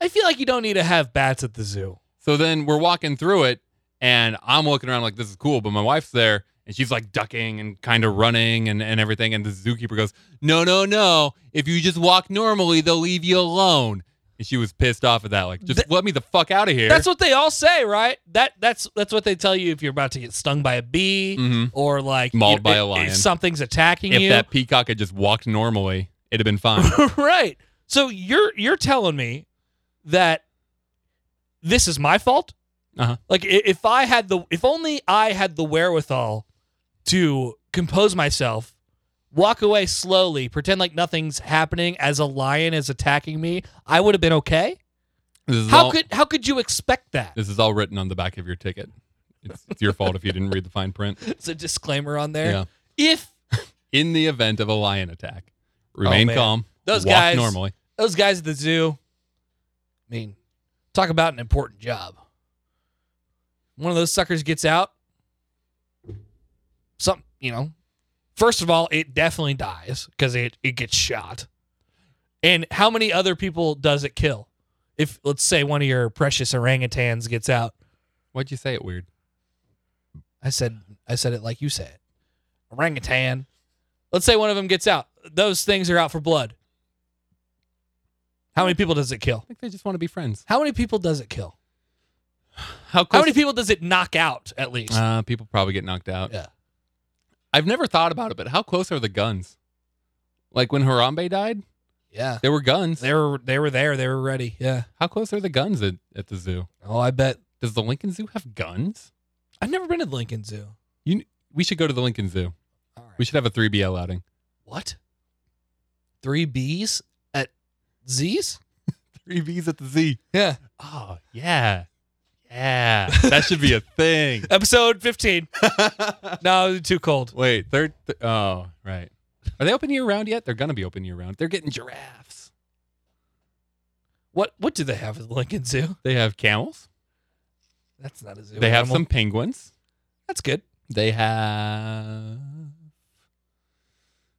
Speaker 1: I feel like you don't need to have bats at the zoo.
Speaker 2: So then we're walking through it, and I'm looking around like this is cool, but my wife's there and she's like ducking and kind of running and, and everything. And the zookeeper goes, No, no, no. If you just walk normally, they'll leave you alone. And she was pissed off at that. Like, just
Speaker 1: Th-
Speaker 2: let me the fuck out of here.
Speaker 1: That's what they all say, right? That that's that's what they tell you if you're about to get stung by a bee
Speaker 2: Mhm.
Speaker 1: or like
Speaker 2: Mauled
Speaker 1: you-
Speaker 2: by a
Speaker 1: if-
Speaker 2: lion.
Speaker 1: If something's attacking
Speaker 2: if
Speaker 1: you,
Speaker 2: that peacock had just walked normally, it'd have
Speaker 1: <laughs>
Speaker 2: been fine.
Speaker 1: right. So you're you're telling me that this is my fault?
Speaker 2: Uh-huh.
Speaker 1: Like i- if I had the if only I had the wherewithal to compose myself, walk away slowly, pretend like nothing's happening as a lion is attacking me, I would have been okay.
Speaker 2: This is
Speaker 1: How
Speaker 2: all,
Speaker 1: could how could you expect that? <laughs>
Speaker 2: this is all written on the back of your ticket. It's, it's your fault if you didn't read the fine print.
Speaker 1: It's a disclaimer on <laughs> there.
Speaker 2: Yeah.
Speaker 1: If
Speaker 2: In the event of a lion attack,
Speaker 1: Oh,
Speaker 2: remain
Speaker 1: man.
Speaker 2: calm.
Speaker 1: Those
Speaker 2: walk
Speaker 1: guys-
Speaker 2: normally.
Speaker 1: those guys at the zoo, I mean, talk about an important job. One of those suckers gets out, something, you know, first of all, it definitely dies because it, it gets shot. And how many other people does it kill? If, let's say, one of your precious orangutans gets out,
Speaker 2: Why'd you say it weird?
Speaker 1: I said I said it like you said. Orangutan. Let's say one of them gets out. Those things are out for blood. How many people does it kill?
Speaker 2: I think they just want to be friends.
Speaker 1: How many people does it kill?
Speaker 2: How,
Speaker 1: How
Speaker 2: close-
Speaker 1: many people does it knock out at least?
Speaker 2: <laughs> Uh, people probably get knocked out.
Speaker 1: yeah.
Speaker 2: I've never thought about it, but how close are the guns? Like when Harambe died,
Speaker 1: Yeah.
Speaker 2: there were guns.
Speaker 1: They were they were there, they were ready. Yeah.
Speaker 2: How close are the guns at, at the zoo?
Speaker 1: Oh, I bet.
Speaker 2: Does the Lincoln Zoo have guns?
Speaker 1: I've never been to Lincoln Zoo.
Speaker 2: We should go to the Lincoln Zoo.
Speaker 1: All right.
Speaker 2: We should have a 3BL outing.
Speaker 1: What? Three B's at Z's?
Speaker 2: 3Bs at the Z.
Speaker 1: Yeah.
Speaker 2: Oh, yeah. Yeah. <laughs> That should be a thing.
Speaker 1: Episode fifteen. <laughs> no, too cold.
Speaker 2: Wait, they're. Th- oh, right. Are they open year round yet? They're going to be open year round. They're getting giraffes.
Speaker 1: What what do they have at Lincoln Zoo?
Speaker 2: They have camels.
Speaker 1: That's not a zoo.
Speaker 2: They have
Speaker 1: animal.
Speaker 2: some penguins.
Speaker 1: that's good.
Speaker 2: They have.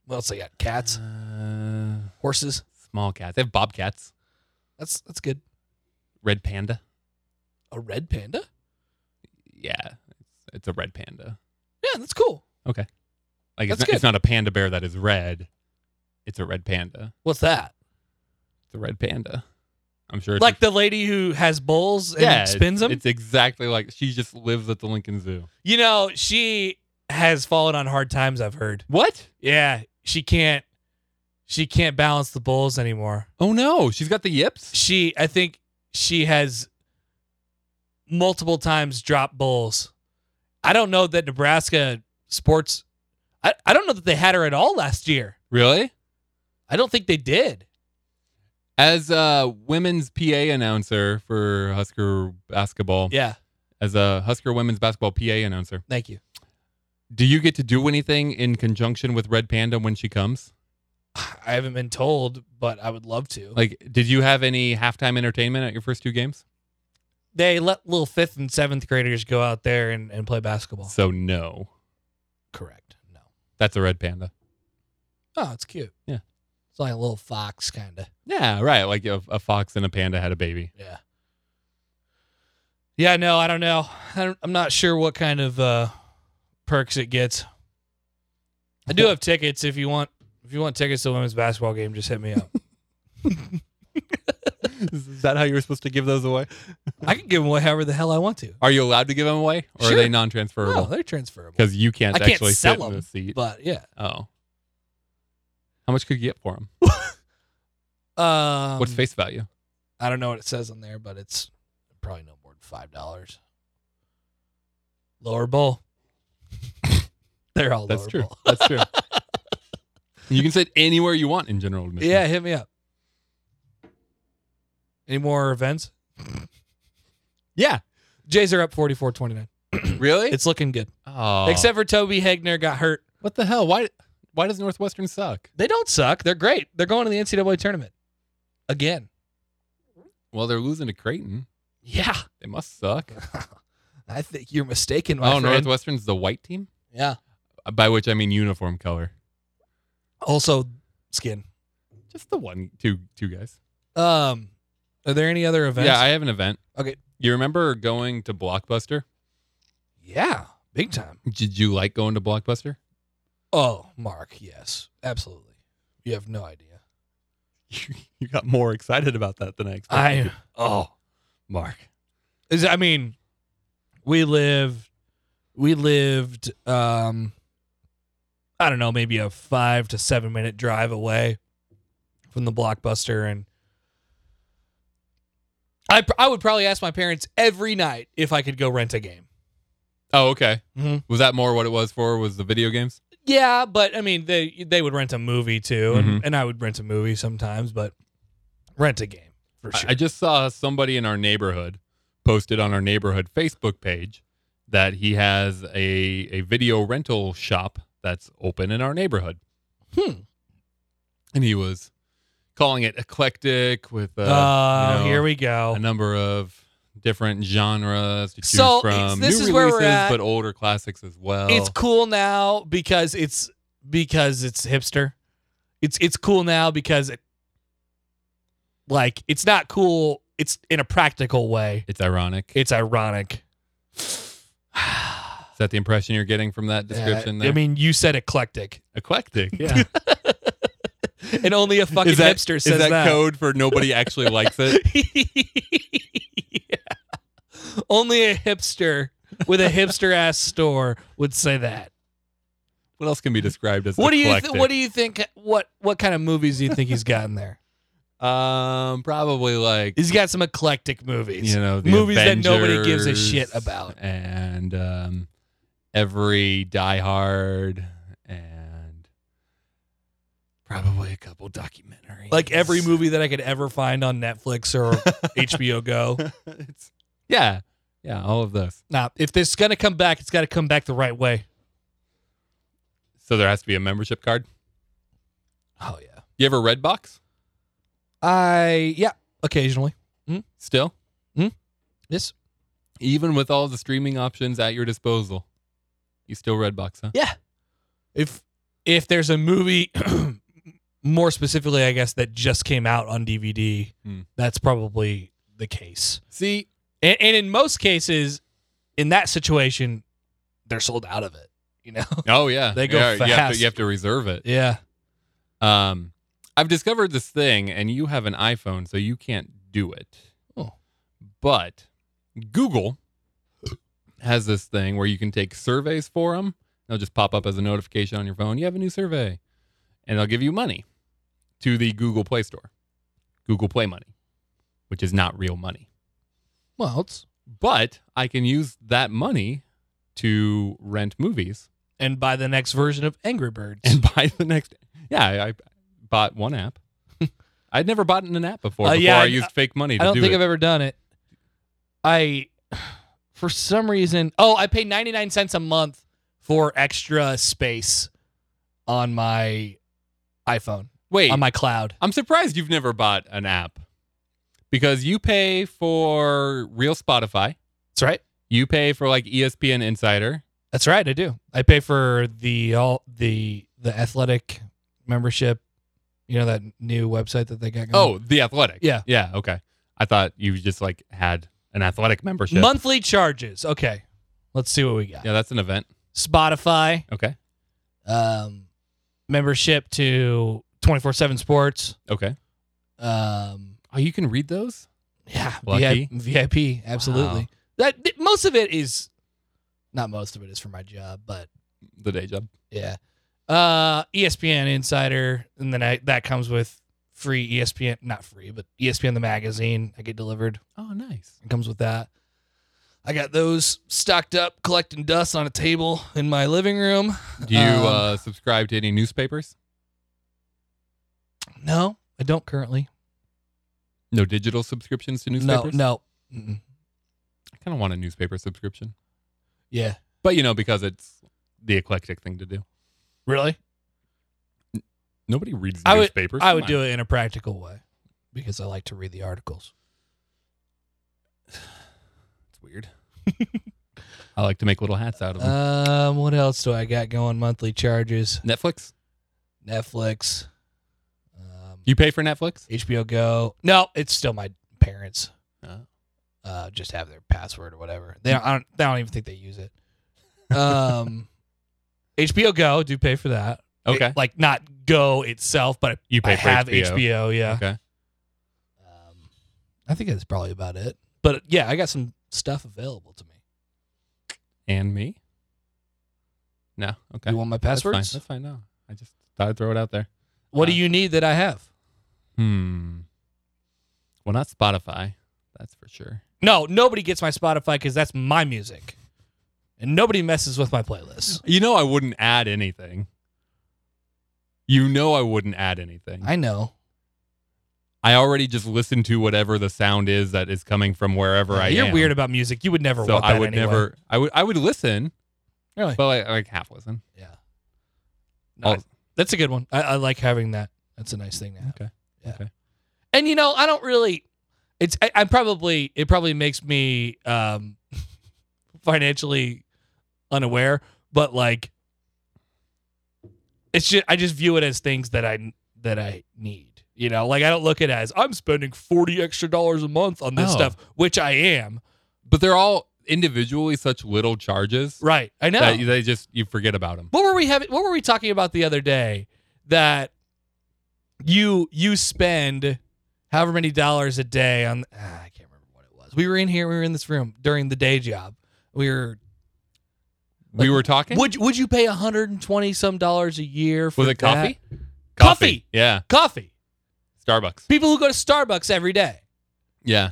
Speaker 1: What else they got? Cats,
Speaker 2: Uh,
Speaker 1: horses.
Speaker 2: small cats. They have bobcats,
Speaker 1: That's that's good.
Speaker 2: red panda.
Speaker 1: A red panda?
Speaker 2: Yeah, it's, it's a red panda.
Speaker 1: Yeah, that's cool.
Speaker 2: Like it's
Speaker 1: That's
Speaker 2: not, it's not a panda bear that is red. It's a red panda.
Speaker 1: What's that?
Speaker 2: It's a red panda. I'm sure. It's
Speaker 1: like the lady who has bulls and
Speaker 2: yeah,
Speaker 1: spins
Speaker 2: it's,
Speaker 1: them?
Speaker 2: It's exactly like she just lives at the Lincoln Zoo.
Speaker 1: you know, she has fallen on hard times, I've heard.
Speaker 2: What?
Speaker 1: Yeah, she can't she can't balance the bulls anymore.
Speaker 2: Oh no, she's got the yips.
Speaker 1: She I think she has multiple times dropped bulls. I don't know that Nebraska sports I, I don't know that they had her at all last year.
Speaker 2: Really?
Speaker 1: I don't think they did.
Speaker 2: As a women's PA announcer for Husker basketball,
Speaker 1: Yeah,
Speaker 2: as a Husker women's basketball PA announcer,
Speaker 1: thank you.
Speaker 2: do you get to do anything in conjunction with Red Panda when she comes?
Speaker 1: I haven't been told, but I would love to.
Speaker 2: Like, did you have any halftime entertainment at your first two games?
Speaker 1: they let little fifth and seventh graders go out there and, and play basketball.
Speaker 2: So no,
Speaker 1: Correct. No.
Speaker 2: that's a red panda.
Speaker 1: Oh, it's cute.
Speaker 2: Yeah.
Speaker 1: It's like a little fox kind of.
Speaker 2: Yeah, right. Like a, a fox and a panda had a baby.
Speaker 1: Yeah. Yeah, no, I don't know. I don't, I'm not sure what kind of uh, perks it gets. I do have tickets if you want. If you want tickets to a women's basketball game, just hit me up.
Speaker 2: <laughs>
Speaker 1: <laughs>
Speaker 2: Is that how you were supposed to give those away?
Speaker 1: I can give them away however the hell I want to.
Speaker 2: Are you allowed to give them away, or
Speaker 1: Sure.
Speaker 2: are they
Speaker 1: No,
Speaker 2: non-transferable?
Speaker 1: Oh, they're transferable.
Speaker 2: Because you can't
Speaker 1: I can't
Speaker 2: actually
Speaker 1: sell
Speaker 2: sit in
Speaker 1: them,
Speaker 2: the seat.
Speaker 1: But yeah,
Speaker 2: Oh, how much could you get for them?
Speaker 1: um,
Speaker 2: What's face value?
Speaker 1: I don't know what it says on there, but it's probably no more than five dollars. Lower bowl. <laughs> They're all
Speaker 2: That's
Speaker 1: lower
Speaker 2: true.
Speaker 1: bowl.
Speaker 2: That's true. <laughs> you can sit anywhere you want in general admission.
Speaker 1: Yeah, hit me up. Any more <laughs> events?
Speaker 2: Yeah.
Speaker 1: Jays are up 44 29.
Speaker 2: Really?
Speaker 1: It's looking good.
Speaker 2: oh.
Speaker 1: Except for Toby Hegner got hurt.
Speaker 2: what the hell? Why why does Northwestern suck?
Speaker 1: They don't suck. They're great. They're going to the NCAA tournament again.
Speaker 2: Well, they're losing to Creighton.
Speaker 1: Yeah.
Speaker 2: They must suck.
Speaker 1: <laughs> I think you're mistaken, my
Speaker 2: Oh,
Speaker 1: friend.
Speaker 2: Northwestern's the white team?
Speaker 1: Yeah.
Speaker 2: By which I mean uniform color.
Speaker 1: Also, skin.
Speaker 2: Just the one two two guys.
Speaker 1: Um, are there any other events?
Speaker 2: Yeah, I have an event.
Speaker 1: Okay.
Speaker 2: You remember going to Blockbuster?
Speaker 1: yeah, big time.
Speaker 2: Did you like going to Blockbuster?
Speaker 1: Oh, Mark, yes, absolutely. You have no idea.
Speaker 2: you got more excited about <laughs> that than I
Speaker 1: I
Speaker 2: expected.
Speaker 1: oh,
Speaker 2: Mark.
Speaker 1: is I mean, we lived, we lived. Um, I don't know, maybe a five to seven minute drive away from the blockbuster, and I pr- I would probably ask my parents every night if I could go rent a game.
Speaker 2: Oh, okay.
Speaker 1: Mm-hmm.
Speaker 2: Was that more what it was for? Was the video games?
Speaker 1: Yeah, but I mean, they they would rent a movie too, and,
Speaker 2: Mhm.
Speaker 1: and I would rent a movie sometimes, but rent a game for
Speaker 2: I-
Speaker 1: sure.
Speaker 2: I just saw somebody in our neighborhood posted on our neighborhood Facebook page that he has a, a video rental shop that's open in our neighborhood. uh,
Speaker 1: Hmm.
Speaker 2: And he was calling it eclectic with uh,
Speaker 1: Oh,
Speaker 2: you know,
Speaker 1: here we go.
Speaker 2: a number of different genres to choose
Speaker 1: So, it's-
Speaker 2: from.
Speaker 1: this
Speaker 2: New
Speaker 1: is
Speaker 2: releases,
Speaker 1: where we're at.
Speaker 2: but older classics as well.
Speaker 1: It's cool now because it's because it's hipster. It's it's cool now because it like it's not cool. It's in a practical way.
Speaker 2: It's ironic.
Speaker 1: It's ironic.
Speaker 2: Is that the impression you're getting from that description?
Speaker 1: Uh,
Speaker 2: there?
Speaker 1: I mean, you said eclectic, <laughs>
Speaker 2: eclectic. Yeah.
Speaker 1: and only a fucking
Speaker 2: that-
Speaker 1: hipster says
Speaker 2: Is that
Speaker 1: that.
Speaker 2: code for nobody actually likes it?
Speaker 1: <laughs> yeah. Only a hipster with a hipster ass store would say that.
Speaker 2: What else can be described as
Speaker 1: What do you
Speaker 2: eclectic?
Speaker 1: th- what do you think what what kind of movies do you think he's got in there?
Speaker 2: Um, probably like
Speaker 1: He's got some eclectic movies.
Speaker 2: you know the
Speaker 1: movies that nobody gives a
Speaker 2: Avengers
Speaker 1: shit about.
Speaker 2: and um, every Die Hard and probably a couple documentaries.
Speaker 1: Like every movie that I could ever find on Netflix or <laughs> HBO <laughs> Go.
Speaker 2: It's- yeah, yeah, all of those.
Speaker 1: Nah, if this is gonna come back, it's gotta come back the right way.
Speaker 2: So there has to be a membership card.
Speaker 1: Oh yeah.
Speaker 2: You ever Redbox?
Speaker 1: I yeah, occasionally.
Speaker 2: Still,
Speaker 1: Yes.
Speaker 2: even with all the streaming options at your disposal, you still Redbox, huh?
Speaker 1: if if there's a movie <clears throat> more specifically i guess that just came out on dvd
Speaker 2: Hmm.
Speaker 1: that's probably the case
Speaker 2: See,
Speaker 1: and, and in most cases in that situation they're sold out of it you know
Speaker 2: oh yeah,
Speaker 1: They go
Speaker 2: Yeah, You have,
Speaker 1: fast.
Speaker 2: to, you have to reserve it.
Speaker 1: yeah
Speaker 2: Um, I've discovered this thing, and you have an iPhone, so you can't do it.
Speaker 1: Oh.
Speaker 2: But Google has this thing where you can take surveys for them. They'll just pop up as a notification on your phone. You have a new survey, and they'll give you money to the Google Play Store, Google Play money, which is not real money.
Speaker 1: well it's
Speaker 2: But I can use that money to rent movies
Speaker 1: and by the next version of angry birds
Speaker 2: and <laughs> buy the next. Yeah, I, I bought one app. <laughs> I'd never bought an app before.
Speaker 1: Uh,
Speaker 2: before
Speaker 1: yeah,
Speaker 2: I
Speaker 1: I-
Speaker 2: used fake money to
Speaker 1: i don't
Speaker 2: do
Speaker 1: think
Speaker 2: it.
Speaker 1: i've ever done it i <sighs> for some reason oh i pay 99 cents a month for extra space on my iphone
Speaker 2: Wait,
Speaker 1: on my cloud
Speaker 2: I'm surprised you've never bought an app because you pay for real Spotify.
Speaker 1: that's right
Speaker 2: You pay for like E ESPN Insider.
Speaker 1: That's right, I do. I pay for the all the the athletic membership. You know that new website that they got going.
Speaker 2: Oh, The Athletic.
Speaker 1: Yeah.
Speaker 2: yeah, okay. I thought you just like had an athletic membership.
Speaker 1: monthly charges. Okay, let's see what we got.
Speaker 2: yeah, that's an event.
Speaker 1: Spotify
Speaker 2: Okay,
Speaker 1: um, membership to twenty four seven Sports.
Speaker 2: okay.
Speaker 1: Um,
Speaker 2: Oh, you can read those.
Speaker 1: yeah,
Speaker 2: Lucky.
Speaker 1: VIP, VIP, absolutely.
Speaker 2: Wow.
Speaker 1: That th- most of it is, not most of it is for my job, but
Speaker 2: The day job.
Speaker 1: Yeah. Uh ESPN Insider and then I, that comes with free E ESPN not free, but ESPN the magazine I get delivered.
Speaker 2: Oh, nice.
Speaker 1: It comes with that. I got those stocked up, collecting dust on a table in my living room.
Speaker 2: Do you
Speaker 1: Um,
Speaker 2: uh, subscribe to any newspapers?
Speaker 1: No, I don't currently.
Speaker 2: No digital subscriptions to
Speaker 1: No,
Speaker 2: newspapers?
Speaker 1: no. Mm-mm.
Speaker 2: I kind of want a newspaper subscription.
Speaker 1: Yeah.
Speaker 2: But, you know, because it's the eclectic thing to do.
Speaker 1: Really?
Speaker 2: Nobody reads
Speaker 1: I would-
Speaker 2: newspapers.
Speaker 1: I would do it in a practical way because I like to read the articles.
Speaker 2: It's weird. <laughs> I like to make little hats out of them.
Speaker 1: Um, what else do I got going? Monthly charges,
Speaker 2: Netflix?
Speaker 1: Netflix, um,
Speaker 2: You pay for Netflix?
Speaker 1: HBO Go. No, it's still my parents.
Speaker 2: Oh.
Speaker 1: Uh, just have their password or whatever. They don't, I don't. I don't even think they use
Speaker 2: <laughs>
Speaker 1: it. Um, HBO Go. Do pay for that.
Speaker 2: Okay.
Speaker 1: It- like not Go itself, but
Speaker 2: You pay
Speaker 1: I
Speaker 2: for
Speaker 1: have
Speaker 2: HBO.
Speaker 1: HBO. yeah.
Speaker 2: Okay.
Speaker 1: Um, I think that's probably about it. But yeah, I got some stuff available to me.
Speaker 2: and me? No. Okay.
Speaker 1: You want my
Speaker 2: That's fine.
Speaker 1: passwords?
Speaker 2: That's fine. No. I just thought I'd throw it out there.
Speaker 1: What do
Speaker 2: Uh,
Speaker 1: you need that I have?
Speaker 2: Hmm. Well, not Spotify. That's for sure.
Speaker 1: No, nobody gets my Spotify because that's my music, and nobody messes with my playlist.
Speaker 2: You know, I wouldn't add anything. You know, I wouldn't add anything. I,
Speaker 1: I know.
Speaker 2: already just listen to whatever the sound is that is coming from wherever I
Speaker 1: You're
Speaker 2: am.
Speaker 1: weird about music. You would never.
Speaker 2: So
Speaker 1: want that
Speaker 2: I would
Speaker 1: anyway.
Speaker 2: never. I would. I would listen,
Speaker 1: Really?
Speaker 2: but like, like half listen.
Speaker 1: Yeah. No,
Speaker 2: I'll-
Speaker 1: I- that's a good one. I, I like having that. That's a nice thing to have.
Speaker 2: Okay.
Speaker 1: Yeah.
Speaker 2: Okay.
Speaker 1: And you know, I don't really. It's I, I'm probably it probably makes me um <laughs> financially unaware, but like it's just I just view it as things that I that I need. You know, like I don't look at it as I'm spending forty extra dollars a month on this
Speaker 2: Oh.
Speaker 1: stuff, which I am.
Speaker 2: But they're all individually such little charges
Speaker 1: Right. I know.
Speaker 2: that you- they just you forget about them.
Speaker 1: What were we having? What were we talking about the other day? That you you spend however many dollars a day on? ah, I can't remember what it was. We were in here. We were in this room during the day job. We were.
Speaker 2: we
Speaker 1: Like,
Speaker 2: were talking.
Speaker 1: Would would you pay 120 some dollars a year for
Speaker 2: Was it
Speaker 1: that?
Speaker 2: coffee?
Speaker 1: Coffee.
Speaker 2: Yeah.
Speaker 1: Coffee.
Speaker 2: Starbucks.
Speaker 1: People who go to Starbucks every day.
Speaker 2: Yeah.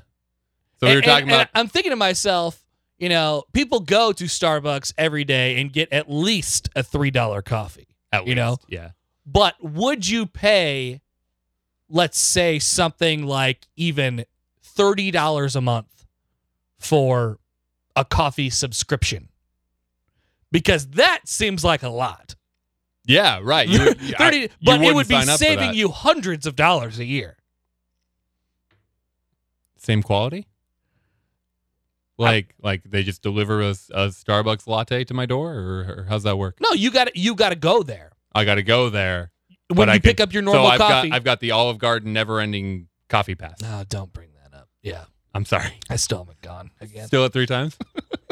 Speaker 2: So we were
Speaker 1: And-
Speaker 2: talking
Speaker 1: and-
Speaker 2: about
Speaker 1: and I'm thinking to myself, you know, people go to Starbucks every day and get at least a three dollar coffee.
Speaker 2: at
Speaker 1: you know,
Speaker 2: least, Yeah.
Speaker 1: But would you pay, let's say, something like even $30 a month for a coffee subscription? Because that seems like a lot.
Speaker 2: Yeah. Right.
Speaker 1: <laughs>
Speaker 2: Uh, You, would-
Speaker 1: 30,
Speaker 2: I-
Speaker 1: but it
Speaker 2: wouldn't
Speaker 1: would be
Speaker 2: sign up for
Speaker 1: saving
Speaker 2: that.
Speaker 1: you hundreds of dollars a year.
Speaker 2: Same quality. Like, like they just deliver a, s- a Starbucks latte to my door, or, or how's that work?
Speaker 1: No, you got you got to go there
Speaker 2: I got to go there.
Speaker 1: when
Speaker 2: But
Speaker 1: you
Speaker 2: I
Speaker 1: pick
Speaker 2: could-
Speaker 1: up your normal
Speaker 2: so I've
Speaker 1: coffee.
Speaker 2: got I've got the Olive Garden never-ending coffee pass.
Speaker 1: no, don't bring that up. Yeah,
Speaker 2: I'm sorry.
Speaker 1: I still haven't gone again.
Speaker 2: Still at
Speaker 1: <laughs>
Speaker 2: three times.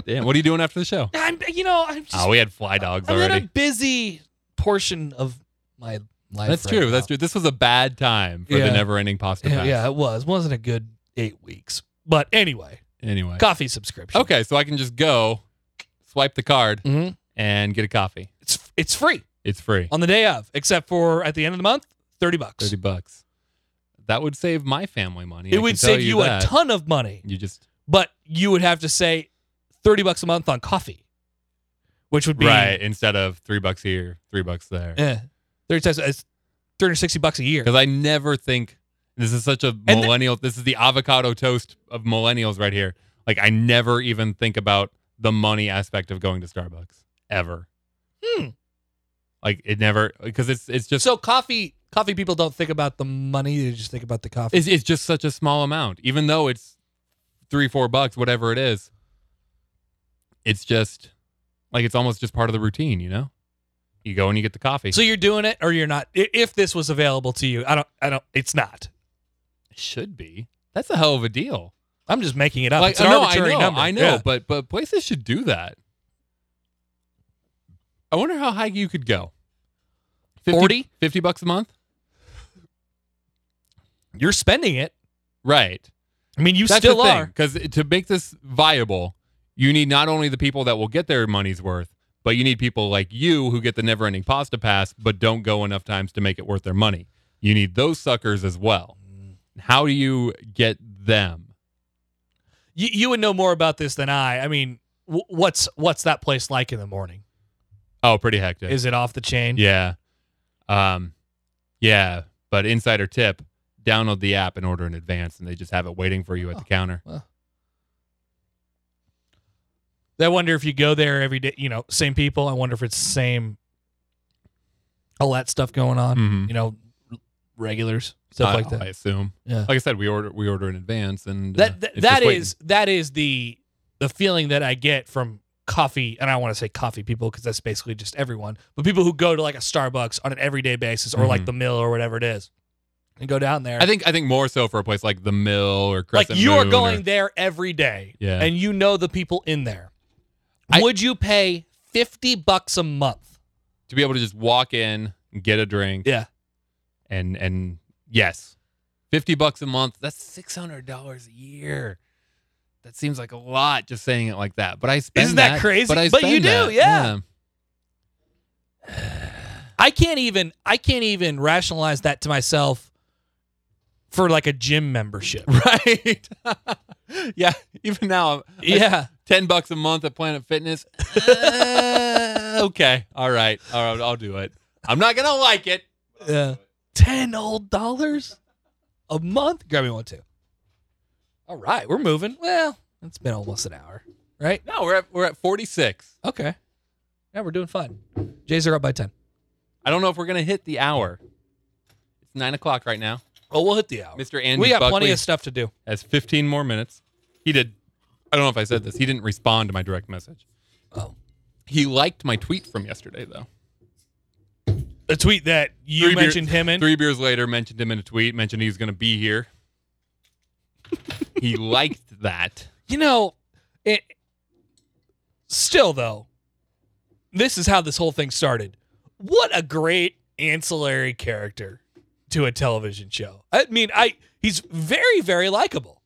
Speaker 2: Damn. What are you doing after the show?
Speaker 1: I'm, you know, I'm just
Speaker 2: Oh, we had fly dogs
Speaker 1: I'm in a
Speaker 2: already.
Speaker 1: busy portion of my life.
Speaker 2: That's
Speaker 1: right
Speaker 2: true.
Speaker 1: now.
Speaker 2: That's true. This was a bad time for
Speaker 1: Yeah.
Speaker 2: the never-ending pasta
Speaker 1: Yeah,
Speaker 2: pass.
Speaker 1: yeah, it was. Wasn't a good eight weeks. But anyway,
Speaker 2: Anyway.
Speaker 1: coffee subscription.
Speaker 2: Okay, Mm-hmm. so I can just go, swipe the card,
Speaker 1: hmm
Speaker 2: and get a coffee.
Speaker 1: It's it's free
Speaker 2: It's free.
Speaker 1: on the day of, except for at the end of the month, thirty bucks.
Speaker 2: Thirty bucks. That would save my family money. I
Speaker 1: it
Speaker 2: can
Speaker 1: would
Speaker 2: tell
Speaker 1: save you, a
Speaker 2: that.
Speaker 1: ton of money,
Speaker 2: You just
Speaker 1: but you would have to say thirty bucks a month on coffee, which would be
Speaker 2: right instead of three bucks here, three bucks there.
Speaker 1: eh, thirty times it's three hundred sixty bucks a year.
Speaker 2: Because I never think this is such a
Speaker 1: the-
Speaker 2: millennial. this is the avocado toast of millennials right here. Like I never even think about the money aspect of going to Starbucks ever.
Speaker 1: Hmm.
Speaker 2: Like it never because it's it's just
Speaker 1: So coffee coffee people don't think about the money; they just think about the coffee.
Speaker 2: It's, it's just such a small amount, even though it's three, four bucks, whatever it is. It's just like it's almost just part of the routine, you know. You go and you get the coffee.
Speaker 1: So you're doing it or you're not. I- If this was available to you, I don't. I don't. It's not.
Speaker 2: should be. That's a hell of a deal.
Speaker 1: I'm just making it up.
Speaker 2: like
Speaker 1: it's an
Speaker 2: no,
Speaker 1: arbitrary
Speaker 2: I know,
Speaker 1: number.
Speaker 2: I know,
Speaker 1: Yeah.
Speaker 2: but but places should do that. I wonder how high you could go. 50
Speaker 1: 40?
Speaker 2: 50 bucks a month?
Speaker 1: You're spending it.
Speaker 2: Right.
Speaker 1: I mean, you still are.
Speaker 2: Because to make this viable, you need not only the people that will get their money's worth, but you need people like you who get the never ending pasta pass, but don't go enough times to make it worth their money. You need those suckers as well. How do you get them?
Speaker 1: you, you would know more about this than I. I mean, w- what's what's that place like in the morning?
Speaker 2: Oh, pretty hectic.
Speaker 1: Is it off the chain?
Speaker 2: <laughs> yeah. Um, yeah. But insider tip: download the app and order in advance, and they just have it waiting for you at
Speaker 1: Oh.
Speaker 2: the counter.
Speaker 1: I wonder if you go there every day, you know, same people. I wonder if it's the same, all that stuff going on,
Speaker 2: Mhm.
Speaker 1: you know, r- regulars, Mm-hmm. stuff
Speaker 2: I-
Speaker 1: like that.
Speaker 2: I assume.
Speaker 1: Yeah.
Speaker 2: Like I said, we order we order in advance, and uh,
Speaker 1: that that,
Speaker 2: it's
Speaker 1: that
Speaker 2: just waiting.
Speaker 1: is that is the the feeling that I get from coffee, and I want to say coffee people because that's basically just everyone, but people who go to like a Starbucks on an everyday basis or like
Speaker 2: Mhm.
Speaker 1: the mill or whatever it is, and go down there.
Speaker 2: I think I think more so for a place like the Mill or
Speaker 1: like
Speaker 2: Crescent
Speaker 1: you are
Speaker 2: Moon
Speaker 1: going
Speaker 2: or-
Speaker 1: there every day,
Speaker 2: yeah.
Speaker 1: and you know the people in there.
Speaker 2: I-
Speaker 1: Would you pay fifty bucks a month?
Speaker 2: to be able to just walk in, get a drink,
Speaker 1: Yeah.
Speaker 2: and and yes, fifty bucks a month. That's six hundred dollars a year. That seems like a lot just saying it like that. But I spend
Speaker 1: Isn't that crazy?
Speaker 2: But I
Speaker 1: But you
Speaker 2: spend
Speaker 1: do,
Speaker 2: that.
Speaker 1: yeah.
Speaker 2: <laughs>
Speaker 1: I can't even I can't even rationalize that to myself for like a gym
Speaker 2: <laughs>
Speaker 1: membership.
Speaker 2: right. yeah, even now,
Speaker 1: Yeah.
Speaker 2: ten bucks a month at Planet <laughs> Fitness. Uh, okay, all right, all right, I'll do it. I'm not gonna like it.
Speaker 1: Yeah. Ten old dollars a month? Grab me one too. All right, we're moving. Well, it's been almost an hour, right?
Speaker 2: No, we're at we're at forty six.
Speaker 1: Okay. Yeah, we're doing fine. Jays are up by ten.
Speaker 2: I don't know if we're gonna hit the hour. It's nine o'clock right now.
Speaker 1: Oh, we'll hit the hour.
Speaker 2: Mr. Andy
Speaker 1: we got
Speaker 2: Buckley
Speaker 1: plenty of stuff to do.
Speaker 2: has 15 more minutes. He did. I don't know if I said this. He didn't respond to my direct message.
Speaker 1: Oh.
Speaker 2: He liked my tweet from yesterday, though.
Speaker 1: A tweet that you
Speaker 2: Three beer-
Speaker 1: mentioned him in.
Speaker 2: Three beers later, mentioned him in a tweet. Mentioned he was going to be here. he <laughs> liked that.
Speaker 1: You know, it still though, this is how this whole thing started. What a great ancillary character to a television show. I mean, I he's very, very likable.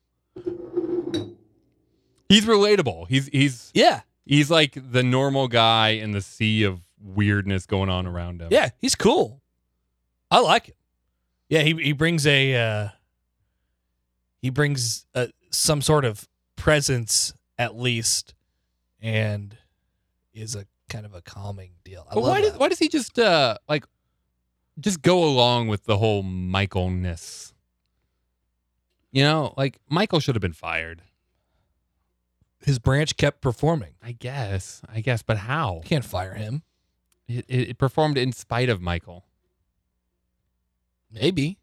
Speaker 2: He's relatable. He's he's
Speaker 1: Yeah.
Speaker 2: he's like the normal guy in the sea of weirdness going on around him.
Speaker 1: Yeah, he's cool. I like it. Yeah, he he brings a uh, he brings uh some sort of presence at least, and is a kind of a calming deal. I
Speaker 2: But
Speaker 1: love
Speaker 2: why does
Speaker 1: that.
Speaker 2: why does he just uh like just go along with the whole Michaelness? You know, like Michael should have been fired.
Speaker 1: his branch kept performing.
Speaker 2: I guess, I guess, but how?
Speaker 1: You can't fire him.
Speaker 2: It, it, it performed in spite of Michael.
Speaker 1: Maybe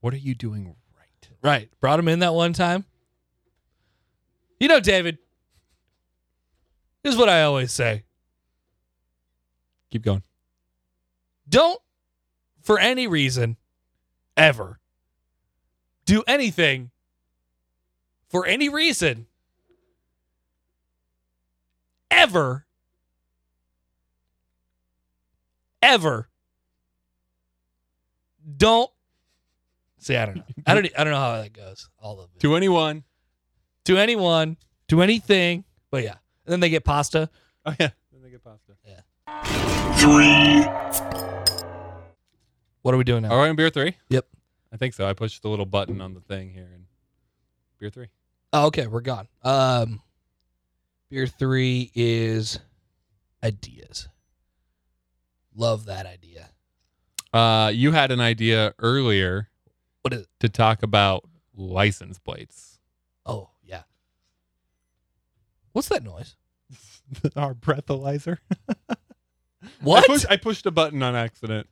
Speaker 2: What are you doing right?
Speaker 1: right. Brought him in that one time. You know, David. Here's what I always say.
Speaker 2: Keep going.
Speaker 1: don't for any reason ever do anything for any reason ever ever don't see i don't know i don't e, i don't know how that goes all of it
Speaker 2: To anyone?
Speaker 1: to anyone to anything but yeah and then they get pasta
Speaker 2: Oh yeah. Then they get pasta.
Speaker 1: what are we doing now
Speaker 2: All right, on beer three.
Speaker 1: Yep.
Speaker 2: I think so. I pushed the little button on the thing here, and beer three.
Speaker 1: Oh, okay, we're gone. Um, beer three is ideas. Love that idea.
Speaker 2: Uh, you had an idea earlier
Speaker 1: What is?
Speaker 2: to talk about license plates.
Speaker 1: Oh yeah. What's that noise?
Speaker 2: <laughs> our breathalyzer.
Speaker 1: What? I,
Speaker 2: I, pushed, I pushed a button on accident.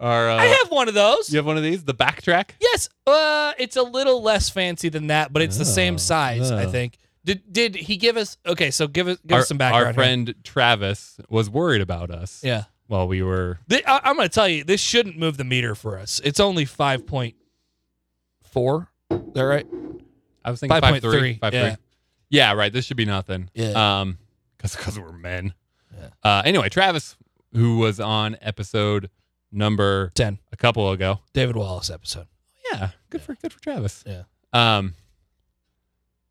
Speaker 2: Our, uh,
Speaker 1: have one of those.
Speaker 2: you have one of these, the backtrack.
Speaker 1: Yes. Uh, it's a little less fancy than that, but it's the
Speaker 2: Oh,
Speaker 1: same size. I
Speaker 2: oh.
Speaker 1: think. Did did he give us? Okay, so give us give
Speaker 2: our,
Speaker 1: us some background.
Speaker 2: Our
Speaker 1: here.
Speaker 2: friend Travis was worried about us
Speaker 1: Yeah.
Speaker 2: while we were.
Speaker 1: Th- I, I'm going to tell you, this shouldn't move the meter for us. It's only five point four. Is that right?
Speaker 2: I was thinking
Speaker 1: 5.3,
Speaker 2: five three, five three.
Speaker 1: yeah.
Speaker 2: Yeah, right. This should be nothing.
Speaker 1: Yeah.
Speaker 2: Um, because we're men.
Speaker 1: Yeah.
Speaker 2: Uh, anyway, Travis, who was on episode number
Speaker 1: Ten.
Speaker 2: a couple ago.
Speaker 1: David Wallace episode.
Speaker 2: Yeah, good for good for Travis.
Speaker 1: Yeah.
Speaker 2: Um,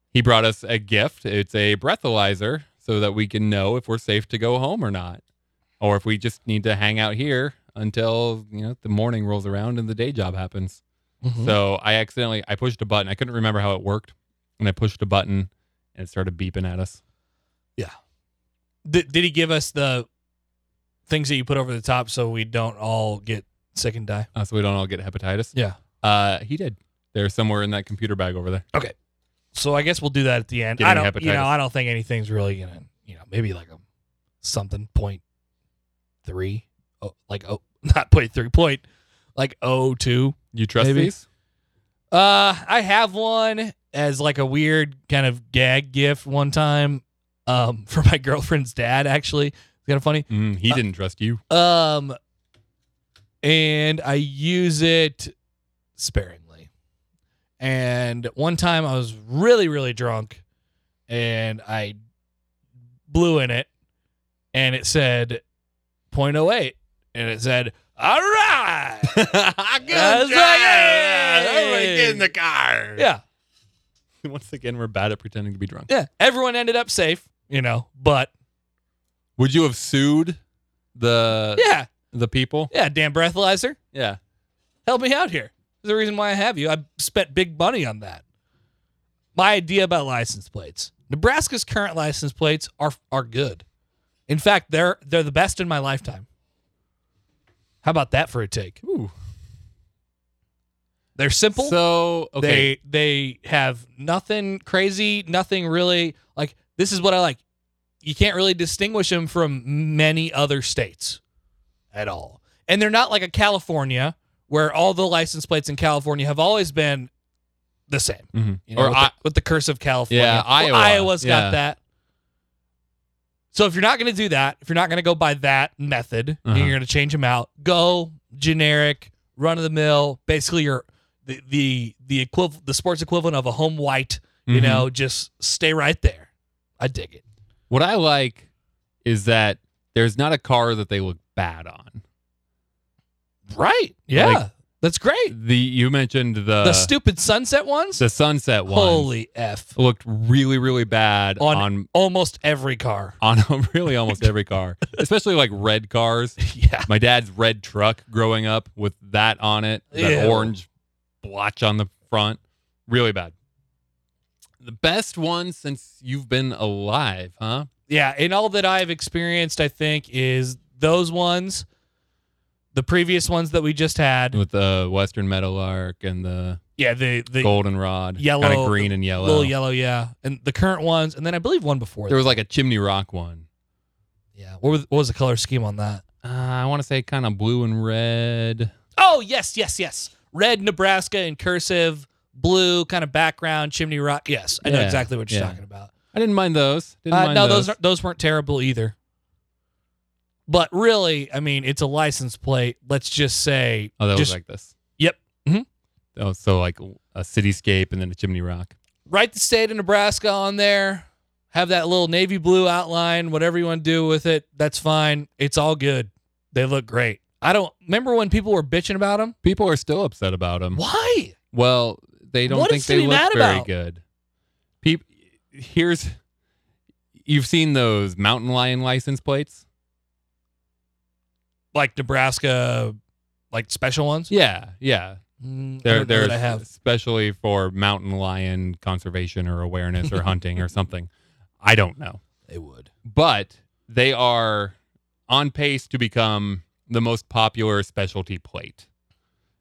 Speaker 2: he brought us a gift. It's a breathalyzer so that we can know if we're safe to go home or not, or if we just need to hang out here until you know the morning rolls around and the day job happens.
Speaker 1: Mhm.
Speaker 2: So I accidentally I pushed a button. I couldn't remember how it worked. and I pushed a button and it started beeping at us.
Speaker 1: Did, did he give us the things that you put over the top so we don't all get sick and die?
Speaker 2: Uh, so we don't all get hepatitis.
Speaker 1: Yeah.
Speaker 2: Uh, he did. They're somewhere in that computer bag over there.
Speaker 1: So I guess we'll do that at the end.
Speaker 2: Getting
Speaker 1: I don't, you
Speaker 2: hepatitis.
Speaker 1: know, I don't think anything's really gonna, you know, maybe like a something point three, oh, like oh, <laughs> not point three, point like oh two.
Speaker 2: You trust
Speaker 1: Maybe.
Speaker 2: these?
Speaker 1: Uh, I have one as like a weird kind of gag gift one time, um, <laughs> for my girlfriend's dad. Actually, it's kind of funny.
Speaker 2: Mm, he
Speaker 1: Uh,
Speaker 2: didn't trust you. <laughs>
Speaker 1: Um, and I use it sparingly. And one time I was really, really drunk and I blew in it and it said 0.08 and it said, all right.
Speaker 2: Good
Speaker 1: That's
Speaker 2: job.
Speaker 1: right.
Speaker 2: Everybody get in the car.
Speaker 1: yeah.
Speaker 2: Once again, we're bad at pretending to be drunk.
Speaker 1: Yeah. Everyone ended up safe, you know, but
Speaker 2: Would you have sued the
Speaker 1: yeah.
Speaker 2: the people?
Speaker 1: Yeah. Damn breathalyzer.
Speaker 2: Yeah.
Speaker 1: help me out here. There's a reason why I have you. I spent big money on that. My idea about license plates. Nebraska's current license plates are are good. In fact, they're they're the best in my lifetime. How about that for a take?
Speaker 2: Ooh.
Speaker 1: They're simple.
Speaker 2: So okay,
Speaker 1: They they have nothing crazy, nothing really like this is what I like. You can't really distinguish them from many other states at all. And they're not like a California where all the license plates in California have always been the same.
Speaker 2: Mhm.
Speaker 1: You know,
Speaker 2: or
Speaker 1: with,
Speaker 2: I,
Speaker 1: the, with the curse of California.
Speaker 2: Yeah, Iowa.
Speaker 1: Iowa's
Speaker 2: Yeah.
Speaker 1: got that. So if you're not going to do that, if you're not going to go by that method, and
Speaker 2: Uh-huh.
Speaker 1: you're going to change them out. Go generic, run of the mill. Basically, your the the the equiv- the sports equivalent of a home white. You
Speaker 2: Mhm.
Speaker 1: know, just stay right there. I dig it.
Speaker 2: What I like is that there's not a car that they look bad on.
Speaker 1: Right? Yeah,
Speaker 2: Like-
Speaker 1: that's great.
Speaker 2: The you mentioned the
Speaker 1: the stupid sunset ones.
Speaker 2: the sunset one
Speaker 1: Holy f!
Speaker 2: looked really really bad
Speaker 1: On-
Speaker 2: on
Speaker 1: Almost every
Speaker 2: <laughs>
Speaker 1: car.
Speaker 2: on, really almost every
Speaker 1: <laughs>
Speaker 2: car, especially like red cars.
Speaker 1: yeah.
Speaker 2: My dad's red truck growing up with that on it, that
Speaker 1: Ew.
Speaker 2: orange blotch on the front, really bad. The best one since you've been alive, huh?
Speaker 1: yeah, in all that I've experienced, I think is those ones, the previous ones that we just had.
Speaker 2: With the Western Meadowlark and the
Speaker 1: Yeah, the the
Speaker 2: goldenrod, kind
Speaker 1: yellow-
Speaker 2: of green and yellow.
Speaker 1: little yellow, yeah, and the current ones, and then I believe one before.
Speaker 2: There was like a chimney rock one.
Speaker 1: that. yeah, what was, what was the color scheme on that?
Speaker 2: Uh, I want to say kind of blue and red.
Speaker 1: Oh yes, yes, yes. Red Nebraska in cursive, blue kind of background, chimney rock. Yes, I know
Speaker 2: Yeah,
Speaker 1: exactly what you're
Speaker 2: yeah.
Speaker 1: talking about.
Speaker 2: I didn't mind those. Didn't
Speaker 1: Uh,
Speaker 2: mind
Speaker 1: no,
Speaker 2: those.
Speaker 1: those aren't- those weren't terrible either. But really, I mean, it's a license plate. Let's just say,
Speaker 2: oh, that
Speaker 1: just
Speaker 2: was like this.
Speaker 1: Yep. Mhm.
Speaker 2: Oh, so like a cityscape and then a chimney rock.
Speaker 1: write the state of Nebraska on there. Have that little navy blue outline, whatever you want to do with it. That's fine. It's all good. They look great. I don't remember when people were bitching about them.
Speaker 2: People are still upset about them.
Speaker 1: Why?
Speaker 2: Well, they don't
Speaker 1: What
Speaker 2: think
Speaker 1: is to
Speaker 2: they
Speaker 1: be
Speaker 2: look
Speaker 1: mad
Speaker 2: very
Speaker 1: about?
Speaker 2: good. People, here's you've seen those mountain lion license plates.
Speaker 1: Like Nebraska, like special ones.
Speaker 2: Yeah, yeah.
Speaker 1: Mm, I don't
Speaker 2: They're
Speaker 1: know
Speaker 2: they're
Speaker 1: that I have.
Speaker 2: especially for mountain lion conservation or awareness or hunting or something. I don't know.
Speaker 1: They would.
Speaker 2: but they are on pace to become the most popular specialty plate.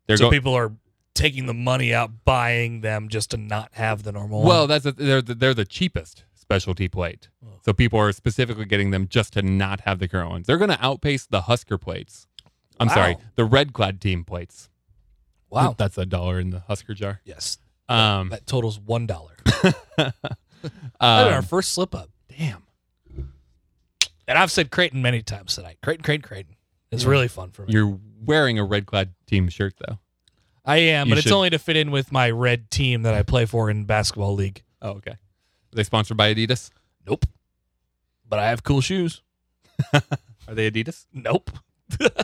Speaker 2: They're
Speaker 1: so
Speaker 2: going
Speaker 1: people are taking the money out, buying them just to not have the normal. one.
Speaker 2: well. That's a, they're the, they're the cheapest specialty plate.
Speaker 1: Oh.
Speaker 2: So people are specifically getting them just to not have the current ones. They're going to outpace the Husker plates. I'm
Speaker 1: Wow.
Speaker 2: sorry, the red clad team plates.
Speaker 1: wow.
Speaker 2: that's a dollar in the Husker jar.
Speaker 1: yes,
Speaker 2: Um,
Speaker 1: that totals one dollar. our
Speaker 2: um,
Speaker 1: first slip up.
Speaker 2: damn.
Speaker 1: And I've said Creighton many times tonight. Creighton, Creighton, Creighton. It's
Speaker 2: Yeah.
Speaker 1: really fun for me.
Speaker 2: You're wearing a red clad team shirt though.
Speaker 1: I am,
Speaker 2: You
Speaker 1: but it's
Speaker 2: should-
Speaker 1: only to fit in with my red team that I play for in basketball league.
Speaker 2: Oh, okay. Are they sponsored by Adidas?
Speaker 1: Nope. But I have cool shoes.
Speaker 2: Are they Adidas?
Speaker 1: Nope.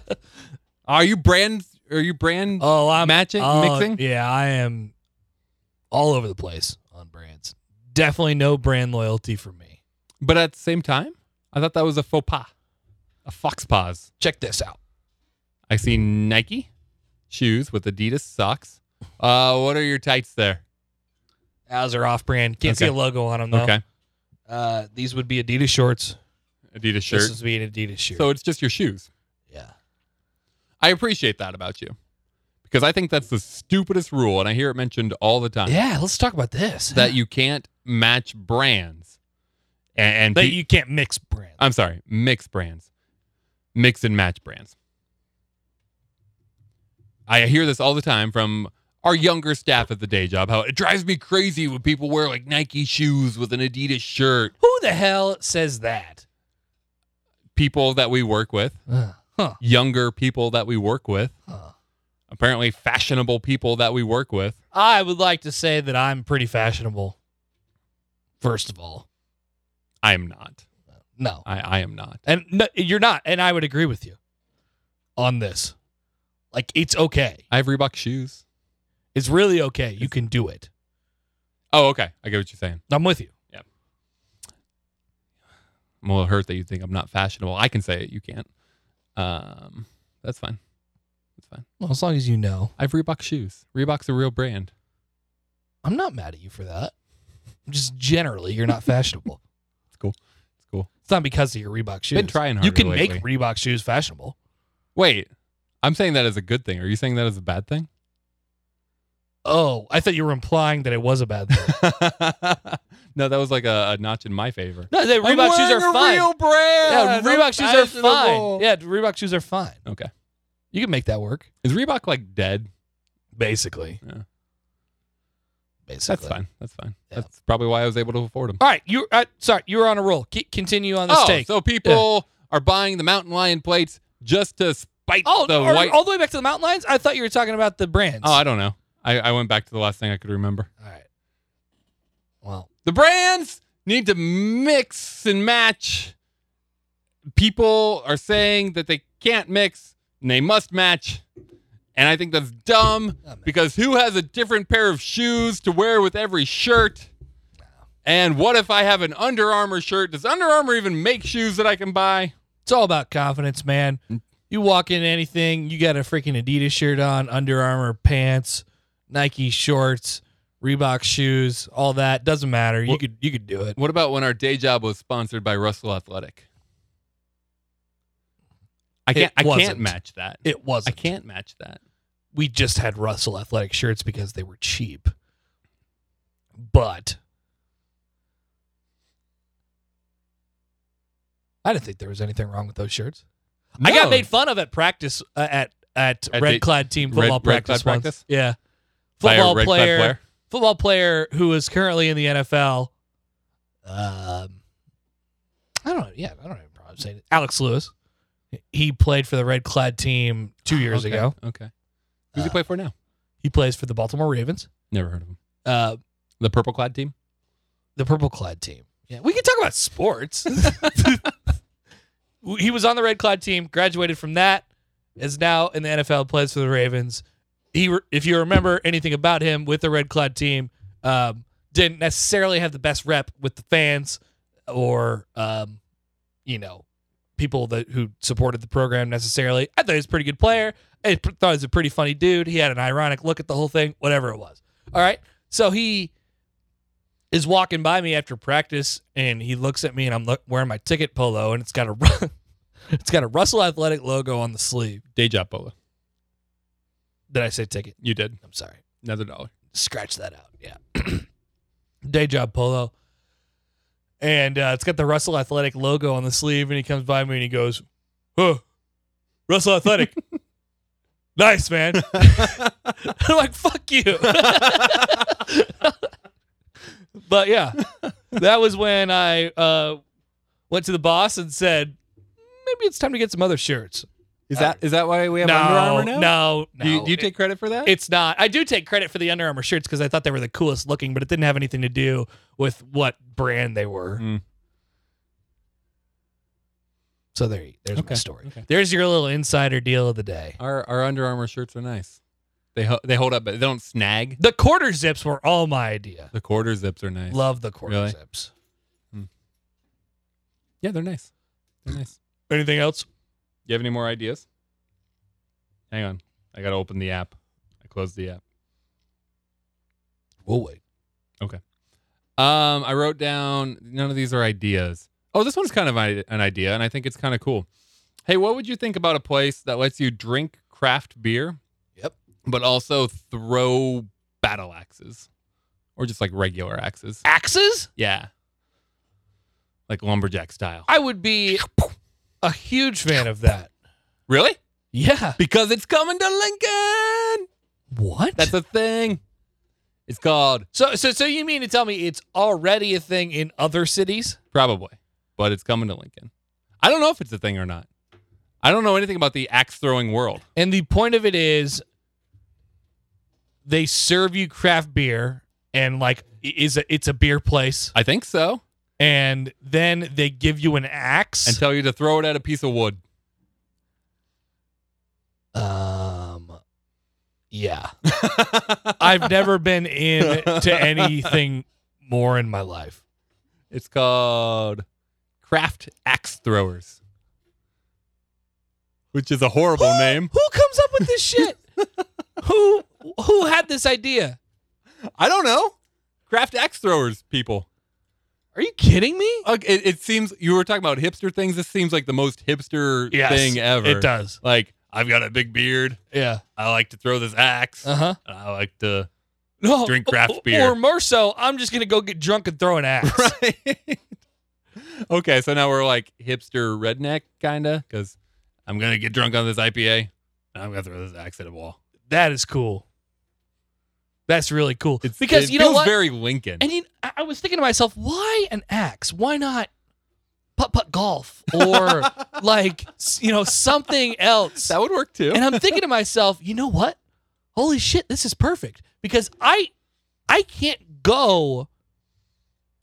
Speaker 2: <laughs> Are you brand? Are you brand
Speaker 1: Oh, I'm
Speaker 2: matching
Speaker 1: oh,
Speaker 2: mixing?
Speaker 1: Yeah, I am all over the place on brands. Definitely no brand loyalty for me.
Speaker 2: But at the same time, I thought that was a faux pas, a fox paws.
Speaker 1: Check this out.
Speaker 2: I see Nike shoes with Adidas socks. Uh, what are your tights there?
Speaker 1: Those are off brand. Can't see
Speaker 2: Okay.
Speaker 1: a logo on them though.
Speaker 2: Okay.
Speaker 1: Uh, these would be Adidas shorts.
Speaker 2: Adidas
Speaker 1: This
Speaker 2: shirt.
Speaker 1: would be an Adidas shirt.
Speaker 2: So it's just your shoes.
Speaker 1: yeah.
Speaker 2: I appreciate that about you because I think that's the stupidest rule, and I hear it mentioned all the time
Speaker 1: Yeah. Let's talk about this.
Speaker 2: <laughs> that you can't match brands. And, and
Speaker 1: <laughs> that
Speaker 2: pe-
Speaker 1: you can't mix brands.
Speaker 2: I'm sorry, mix brands, mix and match brands. I hear this all the time from our younger staff at the day job. How it drives me crazy when people wear like Nike shoes with an Adidas shirt.
Speaker 1: Who the hell says that?
Speaker 2: People that we work with,
Speaker 1: Huh.
Speaker 2: younger people that we work with,
Speaker 1: Huh.
Speaker 2: apparently fashionable people that we work with.
Speaker 1: I would like to say that I'm pretty fashionable. First of all,
Speaker 2: I am not.
Speaker 1: no,
Speaker 2: I, I am not.
Speaker 1: and no, you're not, and I would agree with you on this. Like it's okay.
Speaker 2: I have Reebok shoes.
Speaker 1: It's really okay. You can do it.
Speaker 2: Oh, okay. I get what you're saying.
Speaker 1: I'm with you.
Speaker 2: I'm a little hurt that you think I'm not fashionable. I can say it. You can't. Um, that's fine. That's fine.
Speaker 1: Well, as long as you know,
Speaker 2: I have Reebok shoes. Reebok's a real brand.
Speaker 1: I'm not mad at you for that. Just generally, you're not <laughs> fashionable.
Speaker 2: It's cool. It's cool.
Speaker 1: It's not because of your Reebok shoes.
Speaker 2: Been trying
Speaker 1: You
Speaker 2: harder
Speaker 1: can make
Speaker 2: lately.
Speaker 1: Reebok shoes fashionable.
Speaker 2: Wait, I'm saying that as a good thing. Are you saying that as a bad thing? <laughs>
Speaker 1: Oh, I thought you were implying that it was a bad thing.
Speaker 2: no, that was like a, a notch in my favor.
Speaker 1: No, the
Speaker 2: I'm
Speaker 1: Reebok shoes
Speaker 2: wearing
Speaker 1: are
Speaker 2: a
Speaker 1: fine.
Speaker 2: Real brand.
Speaker 1: yeah,
Speaker 2: I'm
Speaker 1: Reebok shoes are fine.
Speaker 2: fashionable.
Speaker 1: Yeah, Reebok shoes are fine.
Speaker 2: Okay.
Speaker 1: You can make that work.
Speaker 2: Is Reebok like dead?
Speaker 1: Basically.
Speaker 2: Yeah.
Speaker 1: Basically.
Speaker 2: That's fine. That's fine.
Speaker 1: Yeah.
Speaker 2: That's probably why I was able to afford them.
Speaker 1: All right, you. Uh, sorry, you were on a roll. C- continue on this
Speaker 2: oh,
Speaker 1: take.
Speaker 2: so people are buying the mountain lion plates just to spite
Speaker 1: oh,
Speaker 2: the
Speaker 1: are-
Speaker 2: white.
Speaker 1: all the way back to the mountain lions. I thought you were talking about the brands.
Speaker 2: oh, I don't know. I, I went back to the last thing I could remember.
Speaker 1: all right. Well,
Speaker 2: The brands need to mix and match. People are saying that they can't mix and they must match. And I think that's dumb
Speaker 1: Oh, man.
Speaker 2: because who has a different pair of shoes to wear with every shirt? And what if I have an Under Armour shirt? Does Under Armour even make shoes that I can buy?
Speaker 1: it's all about confidence, man.
Speaker 2: Mm.
Speaker 1: You walk into anything, you got a freaking Adidas shirt on, Under Armour pants, Nike shorts, Reebok shoes, all that doesn't matter. You
Speaker 2: Well-
Speaker 1: could you could do it.
Speaker 2: What about when our day job was sponsored by Russell Athletic? I
Speaker 1: It
Speaker 2: can't. I can't
Speaker 1: wasn't.
Speaker 2: match that.
Speaker 1: It
Speaker 2: I
Speaker 1: wasn't.
Speaker 2: can't match that.
Speaker 1: we just had Russell athletic shirts because they were cheap. But I didn't think there was anything wrong with those shirts. I got
Speaker 2: No.
Speaker 1: made fun of at practice uh, at at,
Speaker 2: At
Speaker 1: Red
Speaker 2: the-
Speaker 1: Cloud team football
Speaker 2: Red- Red
Speaker 1: practice
Speaker 2: Cloud
Speaker 1: once.
Speaker 2: practice?
Speaker 1: Yeah.
Speaker 2: by a
Speaker 1: Football
Speaker 2: Red Cloud
Speaker 1: player, football player who is currently in the NFL. Um I don't know. Yeah, I don't have a problem saying it. Alex Lewis. He played for the Red Cloud team 2 years
Speaker 2: Ah, Okay,
Speaker 1: ago.
Speaker 2: Okay. Who's he
Speaker 1: Uh,
Speaker 2: play for now?
Speaker 1: He plays for the Baltimore Ravens.
Speaker 2: Never heard of him.
Speaker 1: Uh,
Speaker 2: The purple clad team.
Speaker 1: the purple clad team. Yeah, we can talk about sports. <laughs> he was on the red clad team, graduated from that, is now in the NFL, plays for the Ravens. He, re- if you remember anything about him with the red clad team, um, didn't necessarily have the best rep with the fans or, um, you know, people that who supported the program necessarily. I thought he was a pretty good player. I pr- thought he was a pretty funny dude. He had an ironic look at the whole thing, whatever it was. All right, so he is walking by me after practice and he looks at me and I'm look, wearing my ticket polo and it's got a <laughs> Ru- it's got a Russell Athletic logo on the sleeve.
Speaker 2: Day job polo.
Speaker 1: Did I say ticket?
Speaker 2: You did
Speaker 1: I'm sorry.
Speaker 2: another dollar.
Speaker 1: Scratch that out. Yeah. <clears throat> Day job polo. And uh, it's got the Russell Athletic logo on the sleeve and he comes by me and he goes, "Huh. Russell Athletic. <laughs> nice, man." <laughs> I'm like, "Fuck you." <laughs> But yeah, that was when I uh, went to the boss and said, maybe it's time to get some other shirts.
Speaker 2: is that is that why we have Under Armour now?
Speaker 1: no, no.
Speaker 2: Do you, do you take credit for that?
Speaker 1: It's not. I do take credit for the Under Armour shirts because I thought they were the coolest looking, but it didn't have anything to do with what brand they were.
Speaker 2: Hmm.
Speaker 1: So there, you- there's my
Speaker 2: Okay,
Speaker 1: story.
Speaker 2: okay.
Speaker 1: There's your little insider deal of the day.
Speaker 2: our our Under Armour shirts are nice. They ho- they hold up, but they don't snag.
Speaker 1: The quarter zips were all my idea.
Speaker 2: The quarter zips are nice.
Speaker 1: Love the quarter
Speaker 2: Really?
Speaker 1: zips.
Speaker 2: Yeah, they're nice. They're nice.
Speaker 1: Anything else?
Speaker 2: You have any more ideas? Hang on. I got to open the app. I closed the app.
Speaker 1: We'll wait.
Speaker 2: Um, I wrote down none of these are ideas. Oh, this one's kind of i- an idea, and I think it's kind of cool. Hey, what would you think about a place that lets you drink craft beer?
Speaker 1: Yep.
Speaker 2: But also throw battle axes, or just like regular axes.
Speaker 1: Axes?
Speaker 2: Yeah. Like lumberjack style.
Speaker 1: I would be a huge fan of that.
Speaker 2: Really?
Speaker 1: Yeah.
Speaker 2: Because it's coming to Lincoln.
Speaker 1: What?
Speaker 2: That's a thing. It's called
Speaker 1: so so so you mean to tell me it's already a thing in other cities?
Speaker 2: Probably, but it's coming to Lincoln. I don't know if it's a thing or not. I don't know anything about the axe throwing world.
Speaker 1: And the point of it is they serve you craft beer and like i- is a, it's a beer place
Speaker 2: I think so.
Speaker 1: and then they give you an axe.
Speaker 2: And tell you to throw it at a piece
Speaker 1: <laughs>
Speaker 2: of wood.
Speaker 1: Um, yeah. I've never been in to anything more in my life.
Speaker 2: It's called Craft Axe Throwers, which is a horrible name.
Speaker 1: Who comes up with this shit? who who had this idea?
Speaker 2: I don't know. Craft Axe Throwers, people.
Speaker 1: Are you kidding me?
Speaker 2: Uh, It, it seems you were talking about hipster things. This seems like the most hipster
Speaker 1: Yes,
Speaker 2: thing ever.
Speaker 1: It does.
Speaker 2: Like, I've got a big beard.
Speaker 1: Yeah.
Speaker 2: I like to throw this axe.
Speaker 1: Uh huh.
Speaker 2: I like to.
Speaker 1: No.
Speaker 2: Drink craft
Speaker 1: or-
Speaker 2: beer.
Speaker 1: Or more so, I'm just gonna go get drunk and throw an axe.
Speaker 2: <laughs> right. okay, so now we're like hipster redneck kinda, because I'm gonna get drunk on this IPA. And I'm gonna throw this axe at a wall.
Speaker 1: That is cool. That's really cool.
Speaker 2: It's
Speaker 1: because
Speaker 2: it
Speaker 1: you know
Speaker 2: feels
Speaker 1: what?
Speaker 2: very Lincoln.
Speaker 1: and you, I I was thinking to myself, why an axe? Why not putt putt golf
Speaker 2: <laughs>
Speaker 1: or like s- you know something else?
Speaker 2: that would work too.
Speaker 1: and I'm thinking to myself, you know what? Holy shit, this is perfect because I I can't go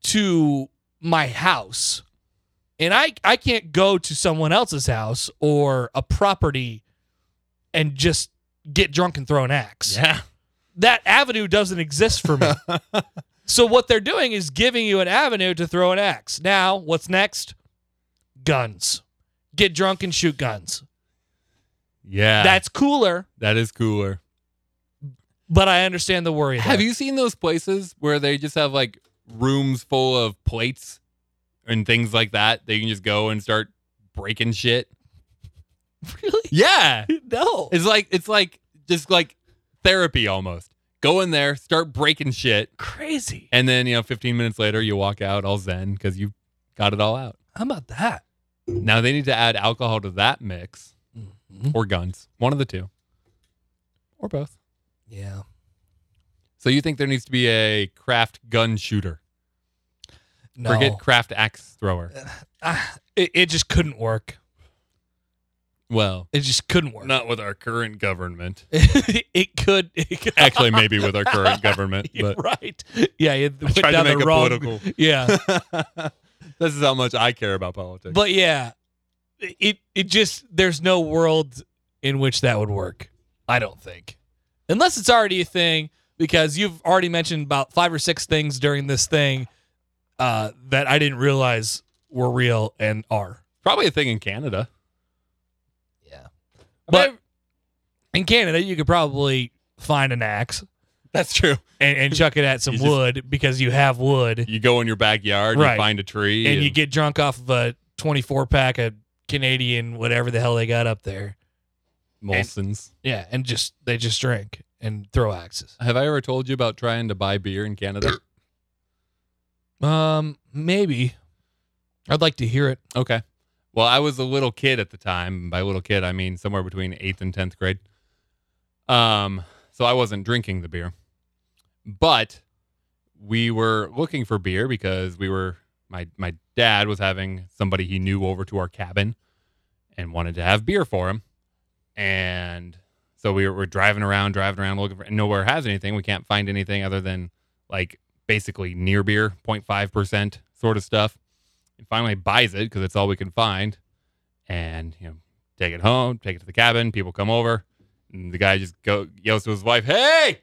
Speaker 1: to my house and I I can't go to someone else's house or a property and just get drunk and throw an axe.
Speaker 2: yeah.
Speaker 1: That avenue doesn't exist for
Speaker 2: <laughs>
Speaker 1: me. so what they're doing is giving you an avenue to throw an axe. Now, what's next? Guns. Get drunk and shoot guns.
Speaker 2: Yeah.
Speaker 1: That's cooler.
Speaker 2: that is cooler.
Speaker 1: but I understand the worry.
Speaker 2: Have
Speaker 1: there.
Speaker 2: you seen those places where they just have like rooms full of plates and things like that? They can just go and start breaking shit. <laughs>
Speaker 1: really?
Speaker 2: Yeah.
Speaker 1: <laughs> No.
Speaker 2: It's like it's like just like therapy almost. Go in there, start breaking shit.
Speaker 1: crazy.
Speaker 2: And then, you know, 15 minutes later, you walk out all zen because you got it all out.
Speaker 1: How about that?
Speaker 2: Now they need to add alcohol to that mix or guns, one of the two, or both.
Speaker 1: Yeah.
Speaker 2: So you think there needs to be a craft gun shooter?
Speaker 1: No.
Speaker 2: Forget craft axe thrower.
Speaker 1: Ah, it, it just couldn't work.
Speaker 2: Well,
Speaker 1: It just couldn't work.
Speaker 2: not with our current government.
Speaker 1: <laughs> it could. It could
Speaker 2: Actually, maybe with our current government,
Speaker 1: <laughs> You're
Speaker 2: but
Speaker 1: right. Yeah. It went
Speaker 2: tried to
Speaker 1: down
Speaker 2: make
Speaker 1: the
Speaker 2: it
Speaker 1: wrong-
Speaker 2: political.
Speaker 1: <laughs>
Speaker 2: <laughs>
Speaker 1: Yeah.
Speaker 2: this is how much I care about politics.
Speaker 1: but yeah, it it just there's no world in which that would work. I don't think, unless it's already a thing. Because you've already mentioned about five or six things during this thing uh, that I didn't realize were real and are.
Speaker 2: Probably a thing in Canada.
Speaker 1: Yeah. But in Canada, you could probably find an axe
Speaker 2: That's true.
Speaker 1: and, and chuck it at some
Speaker 2: <laughs> You just-
Speaker 1: wood because you have wood
Speaker 2: You go in your backyard,
Speaker 1: Right.
Speaker 2: you find a tree,
Speaker 1: and you get drunk off of a 24 pack of Canadian, whatever the hell they got up there.
Speaker 2: Molson's.
Speaker 1: Yeah. And just, they just drink and throw axes.
Speaker 2: Have I ever told you about trying to buy beer in Canada?
Speaker 1: Um, maybe. I'd like to hear it.
Speaker 2: okay. Well, I was a little kid at the time. and By little kid, I mean somewhere between eighth and tenth grade. Um, so I wasn't drinking the beer, but we were looking for beer because we were my my dad was having somebody he knew over to our cabin and wanted to have beer for him, and so we were, were driving around, driving around looking for, and nowhere has anything. We can't find anything other than like basically near beer, 0.5 percent sort of stuff. And finally buys it because it's all we can find, and you know take it home, take it to the cabin. People come over, and the guy just go yells to his wife, "Hey,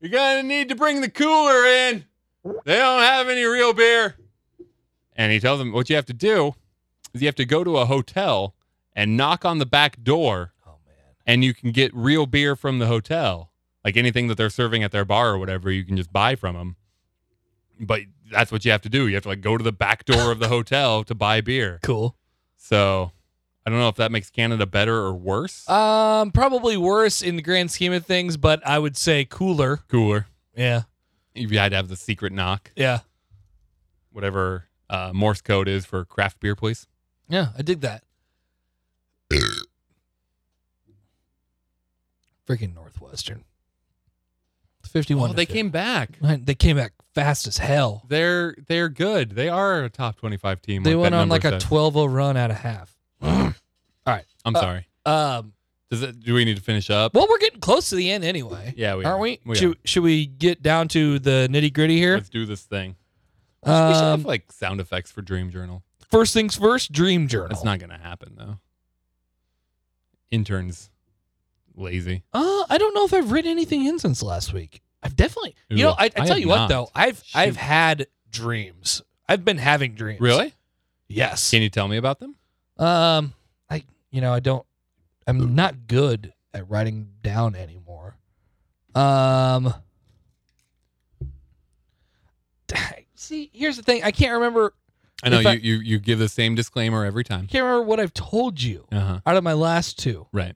Speaker 2: you're gonna need to bring the cooler in. They don't have any real beer." And he tells them what you have to do is you have to go to a hotel and knock on the back door
Speaker 1: Oh, man.
Speaker 2: and you can get real beer from the hotel. Like anything that they're serving at their bar or whatever, you can just buy from them. but that's what you have to do. You have to like go to the back door of the hotel to buy beer.
Speaker 1: Cool.
Speaker 2: So I don't know if that makes Canada better or worse.
Speaker 1: Um, probably worse in the grand scheme of things, but I would say cooler.
Speaker 2: Cooler.
Speaker 1: Yeah.
Speaker 2: You had to have the secret knock,
Speaker 1: Yeah.
Speaker 2: whatever uh, Morse code is for craft beer, please.
Speaker 1: Yeah, I dig that. Freaking Northwestern. 51.
Speaker 2: Oh, they came back.
Speaker 1: Man, They came back fast as hell.
Speaker 2: They're they're good. They are a top twenty five team.
Speaker 1: They
Speaker 2: like
Speaker 1: went
Speaker 2: that
Speaker 1: on like
Speaker 2: number
Speaker 1: a
Speaker 2: says.
Speaker 1: 12 0 run out of half.
Speaker 2: <gasps>
Speaker 1: Um,
Speaker 2: I'm
Speaker 1: uh,
Speaker 2: sorry.
Speaker 1: Um,
Speaker 2: Does it, do we need to finish up?
Speaker 1: well, we're getting close to the end anyway.
Speaker 2: yeah, we
Speaker 1: Aren't
Speaker 2: are.
Speaker 1: we?
Speaker 2: we are.
Speaker 1: should, should we get down to the nitty gritty here?
Speaker 2: Let's do this thing. we should
Speaker 1: Um,
Speaker 2: have like sound effects for Dream Journal.
Speaker 1: first things first, Dream Journal.
Speaker 2: That's not gonna happen though. Interns, lazy.
Speaker 1: Uh, I don't know if I've written anything in since last week. I've definitely, you
Speaker 2: Ooh,
Speaker 1: know, I, I
Speaker 2: I
Speaker 1: tell
Speaker 2: have
Speaker 1: you what
Speaker 2: not.
Speaker 1: though, I've I've
Speaker 2: Shoot.
Speaker 1: had dreams. I've been having dreams.
Speaker 2: Really?
Speaker 1: Yes.
Speaker 2: Can you tell me about them?
Speaker 1: Um, I you know I don't I'm not good at writing down anymore. Um, <laughs> see, here's the thing. I can't remember.
Speaker 2: I know
Speaker 1: If
Speaker 2: you,
Speaker 1: I-
Speaker 2: you you give the same disclaimer every time.
Speaker 1: I can't remember what I've told you
Speaker 2: Uh huh.
Speaker 1: out of my last two.
Speaker 2: Right.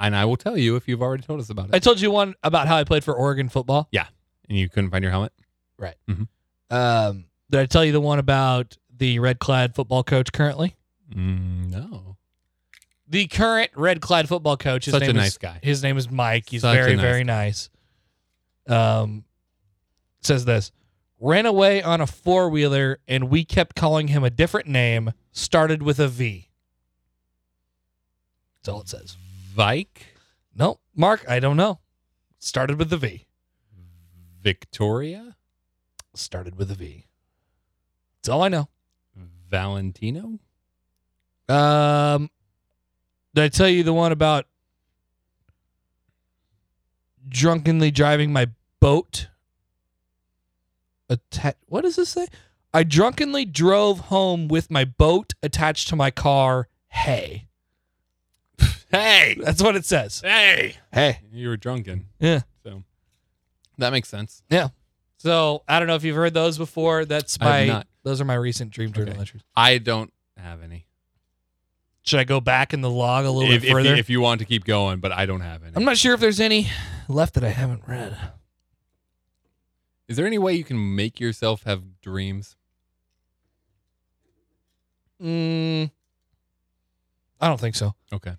Speaker 2: And I will tell you if you've already told us about it.
Speaker 1: I told you one about how I played for Oregon football.
Speaker 2: and you couldn't find your helmet.
Speaker 1: Um, did I tell you the one about the red clad football coach currently?
Speaker 2: Mm, no.
Speaker 1: The current red clad football coach. His
Speaker 2: Such
Speaker 1: name
Speaker 2: a
Speaker 1: is-
Speaker 2: nice guy.
Speaker 1: His name is Mike. He's
Speaker 2: Such a
Speaker 1: very,
Speaker 2: nice
Speaker 1: very nice. Um, says this ran away on a four wheeler, and we kept calling him a different name, started with a V. That's all it says.
Speaker 2: Vike
Speaker 1: No, Mark, I don't know. Started with the V.
Speaker 2: Victoria
Speaker 1: Started with a V. That's all I know.
Speaker 2: Valentino.
Speaker 1: Um, did I tell you the one about drunkenly driving my boat? Atta- what does this say? I drunkenly drove home with my boat attached to my car. Hey,
Speaker 2: Hey,
Speaker 1: that's what it says.
Speaker 2: hey.
Speaker 1: Hey,
Speaker 2: You were drunken,
Speaker 1: yeah.
Speaker 2: so that makes sense.
Speaker 1: So I don't know if you've heard those before. That's
Speaker 2: I
Speaker 1: my
Speaker 2: have not.
Speaker 1: those are my recent dream journal
Speaker 2: Okay.
Speaker 1: entries.
Speaker 2: I don't have any.
Speaker 1: Should I go back in the log a little
Speaker 2: If,
Speaker 1: bit
Speaker 2: if you-
Speaker 1: further?
Speaker 2: if you want to keep going, but I don't have any.
Speaker 1: I'm not sure if there's any left that I haven't read.
Speaker 2: Is there any way you can make yourself have dreams?
Speaker 1: Mm, I don't think so.
Speaker 2: Okay.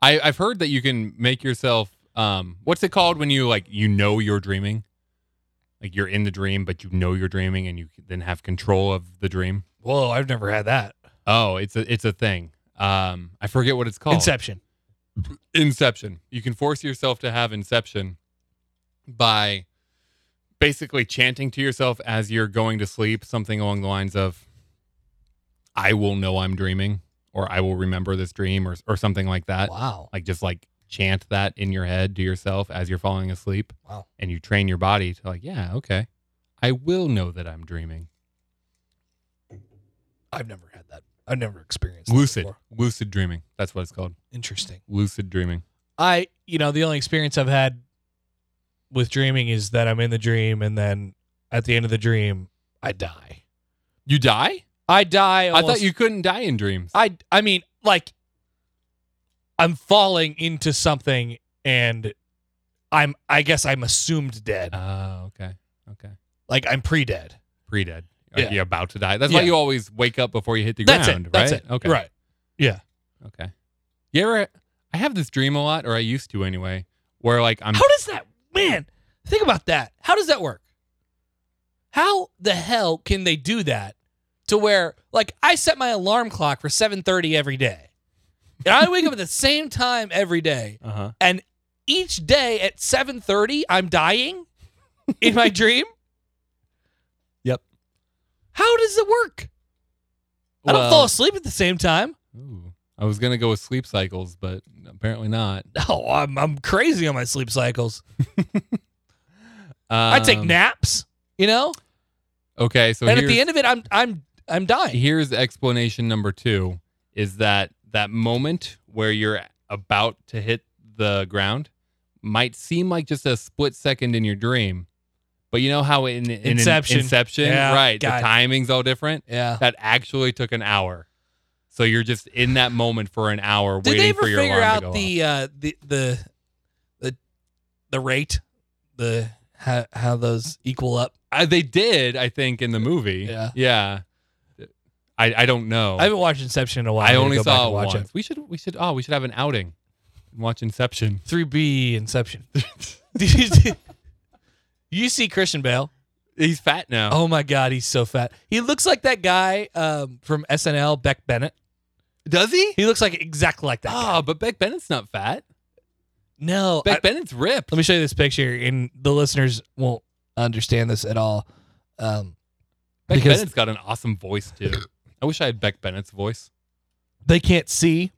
Speaker 2: I, I've heard that you can make yourself. Um, what's it called when you like you know you're dreaming, like you're in the dream, but you know you're dreaming, and you then have control of the dream.
Speaker 1: Whoa, I've never had that.
Speaker 2: Oh, it's a it's a thing. Um, I forget what it's
Speaker 1: Oh.
Speaker 2: called.
Speaker 1: Inception.
Speaker 2: Inception. You can force yourself to have Inception by basically chanting to yourself as you're going to sleep something along the lines of I will know I'm dreaming or I will remember this dream or or something like that.
Speaker 1: Wow.
Speaker 2: Like just like chant that in your head to yourself as you're falling asleep
Speaker 1: Wow.
Speaker 2: and you train your body to like, yeah, okay. I will know that I'm dreaming.
Speaker 1: I've never had that. I've never experienced that
Speaker 2: Lucid.
Speaker 1: before.
Speaker 2: Lucid dreaming. That's what it's called.
Speaker 1: Interesting.
Speaker 2: Lucid dreaming.
Speaker 1: I, you know, the only experience I've had with dreaming is that I'm in the dream and then at the end of the dream, I die.
Speaker 2: You die?
Speaker 1: I die. Almost,
Speaker 2: I thought you couldn't die in dreams.
Speaker 1: I, I mean, like, I'm falling into something and I'm, I guess I'm assumed dead.
Speaker 2: Oh, okay. Okay.
Speaker 1: Like, I'm pre dead.
Speaker 2: Pre dead.
Speaker 1: Yeah.
Speaker 2: Are you about to die? That's
Speaker 1: Yeah.
Speaker 2: why you always wake up before you hit the
Speaker 1: That's
Speaker 2: ground,
Speaker 1: it. That's
Speaker 2: right?
Speaker 1: it.
Speaker 2: Okay.
Speaker 1: Right.
Speaker 2: Okay. You ever I have this dream a lot, or I used to anyway, where like I'm
Speaker 1: How does that, man? Think about that. How does that work? How the hell can they do that to where, like, I set my alarm clock for seven thirty every day, and I wake up at the same time every day,
Speaker 2: uh-huh.
Speaker 1: and each day at seven thirty, I'm dying in my dream.
Speaker 2: <laughs> Yep.
Speaker 1: How does it work? I don't
Speaker 2: Well-
Speaker 1: fall asleep at the same time. <laughs>
Speaker 2: Ooh. I was gonna go with sleep cycles, but apparently not.
Speaker 1: Oh, I'm I'm crazy on my sleep cycles.
Speaker 2: Um,
Speaker 1: I take naps, you know,
Speaker 2: Okay, so
Speaker 1: and at
Speaker 2: here's,
Speaker 1: the end of it, I'm I'm I'm dying.
Speaker 2: here's explanation number two is that that moment where you're about to hit the ground might seem like just a split second in your dream But you know how in, in in
Speaker 1: Inception.
Speaker 2: Inception,
Speaker 1: Yeah,
Speaker 2: right? The
Speaker 1: God.
Speaker 2: timing's all different.
Speaker 1: Yeah.
Speaker 2: That actually took an hour. So you're just in that moment for an hour
Speaker 1: Did
Speaker 2: waiting
Speaker 1: they ever
Speaker 2: for your
Speaker 1: figure
Speaker 2: alarm
Speaker 1: out
Speaker 2: to go off.
Speaker 1: the, uh, the the the the rate, the how how those equal up?
Speaker 2: Uh, they did, I think, in the movie.
Speaker 1: Yeah.
Speaker 2: Yeah. I, I don't know.
Speaker 1: I haven't watched Inception in a while.
Speaker 2: I
Speaker 1: need to
Speaker 2: only
Speaker 1: go back
Speaker 2: saw
Speaker 1: and
Speaker 2: it
Speaker 1: watch
Speaker 2: once. We should we should oh we should have an outing and watch Inception.
Speaker 1: it. 3B
Speaker 2: <laughs>
Speaker 1: Inception. <laughs> Did you see- you see Christian Bale?
Speaker 2: He's fat now.
Speaker 1: Oh my God, he's so fat. He looks like that guy um, from SNL, Beck Bennett.
Speaker 2: does he?
Speaker 1: He looks like exactly like that. guy.
Speaker 2: Oh, but Beck Bennett's not fat.
Speaker 1: No,
Speaker 2: Beck
Speaker 1: I-
Speaker 2: Bennett's ripped.
Speaker 1: let me show you this picture, and the listeners won't understand this at all. Um,
Speaker 2: Beck
Speaker 1: because-
Speaker 2: Bennett's got an awesome voice <coughs> too. I wish I had Beck Bennett's voice.
Speaker 1: they can't see,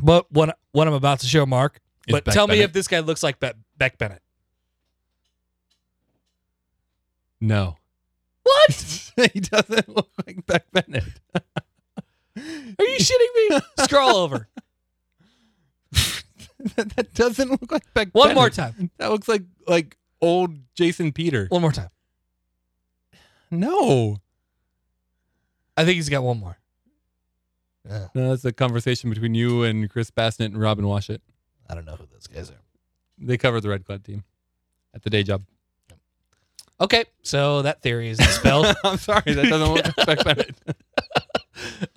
Speaker 1: but what what I'm about to show Mark.
Speaker 2: Is
Speaker 1: but
Speaker 2: Beck
Speaker 1: tell me
Speaker 2: Bennett-
Speaker 1: if this guy looks like Be- Beck Bennett.
Speaker 2: No.
Speaker 1: What? <laughs>
Speaker 2: he doesn't look like Beck Bennett.
Speaker 1: Are you shitting me? Scroll over
Speaker 2: <laughs> that that doesn't look like Beck
Speaker 1: one
Speaker 2: Bennett.
Speaker 1: more time.
Speaker 2: That looks like like old Jason Peter.
Speaker 1: One more time.
Speaker 2: no.
Speaker 1: I think he's got one more. Yeah,
Speaker 2: No, that's a conversation between you and Chris Bassnett and Robin Washit.
Speaker 1: I don't know who those guys are.
Speaker 2: They covered the Red Cloud team at the day job.
Speaker 1: Okay, so that theory is
Speaker 2: <laughs>
Speaker 1: dispelled. uh,
Speaker 2: <laughs> I'm sorry, that doesn't look like Beck <laughs> Bennett.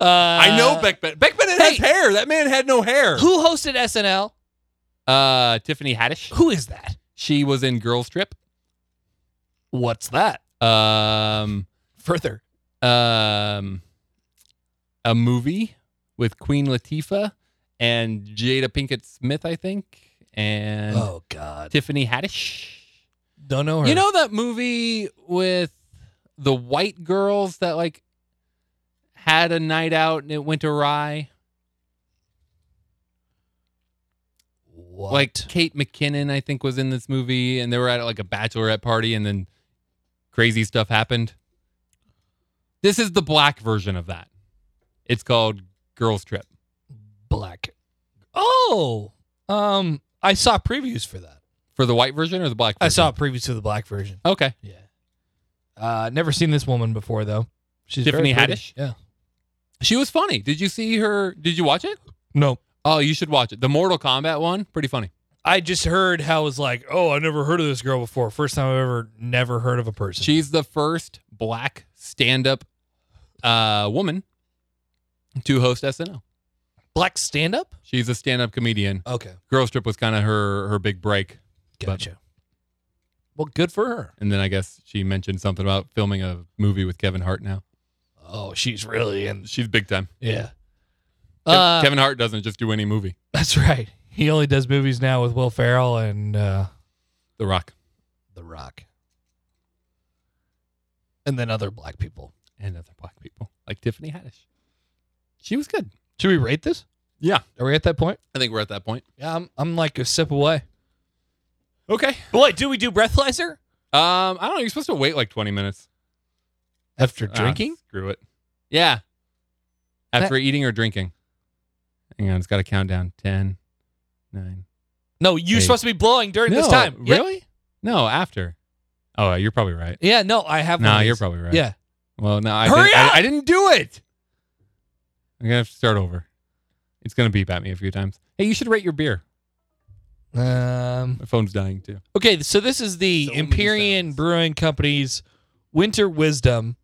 Speaker 1: Uh,
Speaker 2: I know Beck Bennett. Beck Bennett has
Speaker 1: hey.
Speaker 2: hair. That man had no hair.
Speaker 1: Who hosted SNL?
Speaker 2: Uh, Tiffany Haddish.
Speaker 1: Who is that?
Speaker 2: She was in Girl Strip.
Speaker 1: What's that?
Speaker 2: Um,
Speaker 1: Further.
Speaker 2: um, a movie with Queen Latifah and Jada Pinkett Smith, I think, and
Speaker 1: Oh God,
Speaker 2: Tiffany Haddish.
Speaker 1: don't know her.
Speaker 2: You know that movie with the white girls that like had a night out and it went awry?
Speaker 1: what?
Speaker 2: Like Kate McKinnon, I think, was in this movie and they were at like a bachelorette party and then crazy stuff happened. This is the black version of that. It's called Girls Trip.
Speaker 1: black. Oh, um, I saw previews for that.
Speaker 2: For the white version or the black version?
Speaker 1: I saw previews to the black version.
Speaker 2: Okay.
Speaker 1: Yeah. Uh, never seen this woman before though. She's
Speaker 2: Tiffany
Speaker 1: very pretty.
Speaker 2: Haddish?
Speaker 1: Yeah.
Speaker 2: She was funny. Did you see her? Did you watch it?
Speaker 1: No,
Speaker 2: Oh, you should watch it. The Mortal Kombat one, pretty funny.
Speaker 1: I just heard how it was like, oh, I never heard of this girl before. First time I've ever never heard of a person.
Speaker 2: She's the first black stand-up uh, woman to host SNL.
Speaker 1: black stand up.
Speaker 2: She's a stand-up comedian.
Speaker 1: Okay,
Speaker 2: Girl Strip was kind of her her big break,
Speaker 1: gotcha. well, good for her.
Speaker 2: and then I guess she mentioned something about filming a movie with Kevin Hart now.
Speaker 1: Oh, she's really in.
Speaker 2: She's big time.
Speaker 1: Yeah.
Speaker 2: Kev-
Speaker 1: Uh,
Speaker 2: Kevin Hart doesn't just do any movie.
Speaker 1: <laughs> that's right. He only does movies now with Will Ferrell and uh,
Speaker 2: The Rock
Speaker 1: The Rock, and then other black people.
Speaker 2: and other black people like Tiffany Haddish. She was good.
Speaker 1: Should we rate this?
Speaker 2: Yeah,
Speaker 1: Are we at that point?
Speaker 2: I think we're at that point.
Speaker 1: Yeah, I'm. I'm like a sip away.
Speaker 2: Okay.
Speaker 1: Wait, do we do breathalyzer
Speaker 2: Um, I don't know. You're supposed to wait like 20 minutes.
Speaker 1: after
Speaker 2: Ah,
Speaker 1: drinking?
Speaker 2: screw it. Yeah. After eating or drinking. Hang on, it's got a countdown. 10, 9.
Speaker 1: No, you're
Speaker 2: Hey.
Speaker 1: supposed to be blowing during
Speaker 2: no,
Speaker 1: this time. Yeah.
Speaker 2: Really? No, after. Oh, you're probably right.
Speaker 1: Yeah. no, I have.
Speaker 2: No,
Speaker 1: one of
Speaker 2: you're
Speaker 1: these.
Speaker 2: probably right.
Speaker 1: Yeah.
Speaker 2: Well, no, I,
Speaker 1: Hurry
Speaker 2: didn't, I,
Speaker 1: up!
Speaker 2: I didn't do it. I'm going to have to start over. It's going to beep at me a few times. Hey, you should rate your beer.
Speaker 1: Um.
Speaker 2: My phone's dying too.
Speaker 1: Okay, so this is the
Speaker 2: So many
Speaker 1: Empyrean
Speaker 2: sounds.
Speaker 1: Brewing Company's Winter Wisdom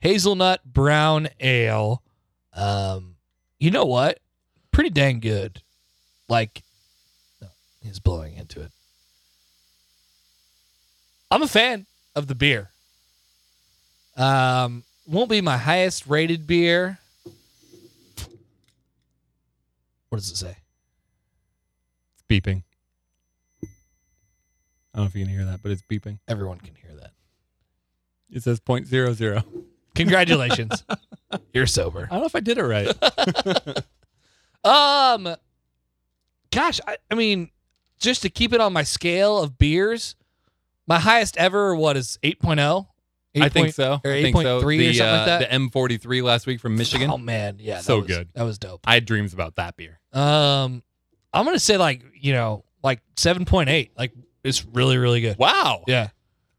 Speaker 1: Hazelnut Brown Ale. Um, you know what? Pretty dang good. Like, no, he's blowing into it. I'm a fan of the beer. Um, won't be my highest rated beer. What does it say?
Speaker 2: It's beeping. I don't know if you can hear that, but it's beeping.
Speaker 1: Everyone can hear that.
Speaker 2: It says 0.00.
Speaker 1: Congratulations.
Speaker 2: <laughs>
Speaker 1: You're sober.
Speaker 2: I don't know if I did it right.
Speaker 1: Um, gosh, I, I mean, just to keep it on my scale of beers, my highest ever, what is oh? 8.0?
Speaker 2: <laughs> I think so.
Speaker 1: or
Speaker 2: I think
Speaker 1: 8.3
Speaker 2: so.
Speaker 1: or
Speaker 2: The,
Speaker 1: something like
Speaker 2: uh,
Speaker 1: that?
Speaker 2: The M43 last week from Michigan.
Speaker 1: Oh, man. Yeah. that
Speaker 2: So
Speaker 1: was-
Speaker 2: good.
Speaker 1: That was dope.
Speaker 2: I had dreams about that beer.
Speaker 1: Um, I'm going to say like, you know, like 7.8. Like, it's really, really good.
Speaker 2: Wow.
Speaker 1: Yeah.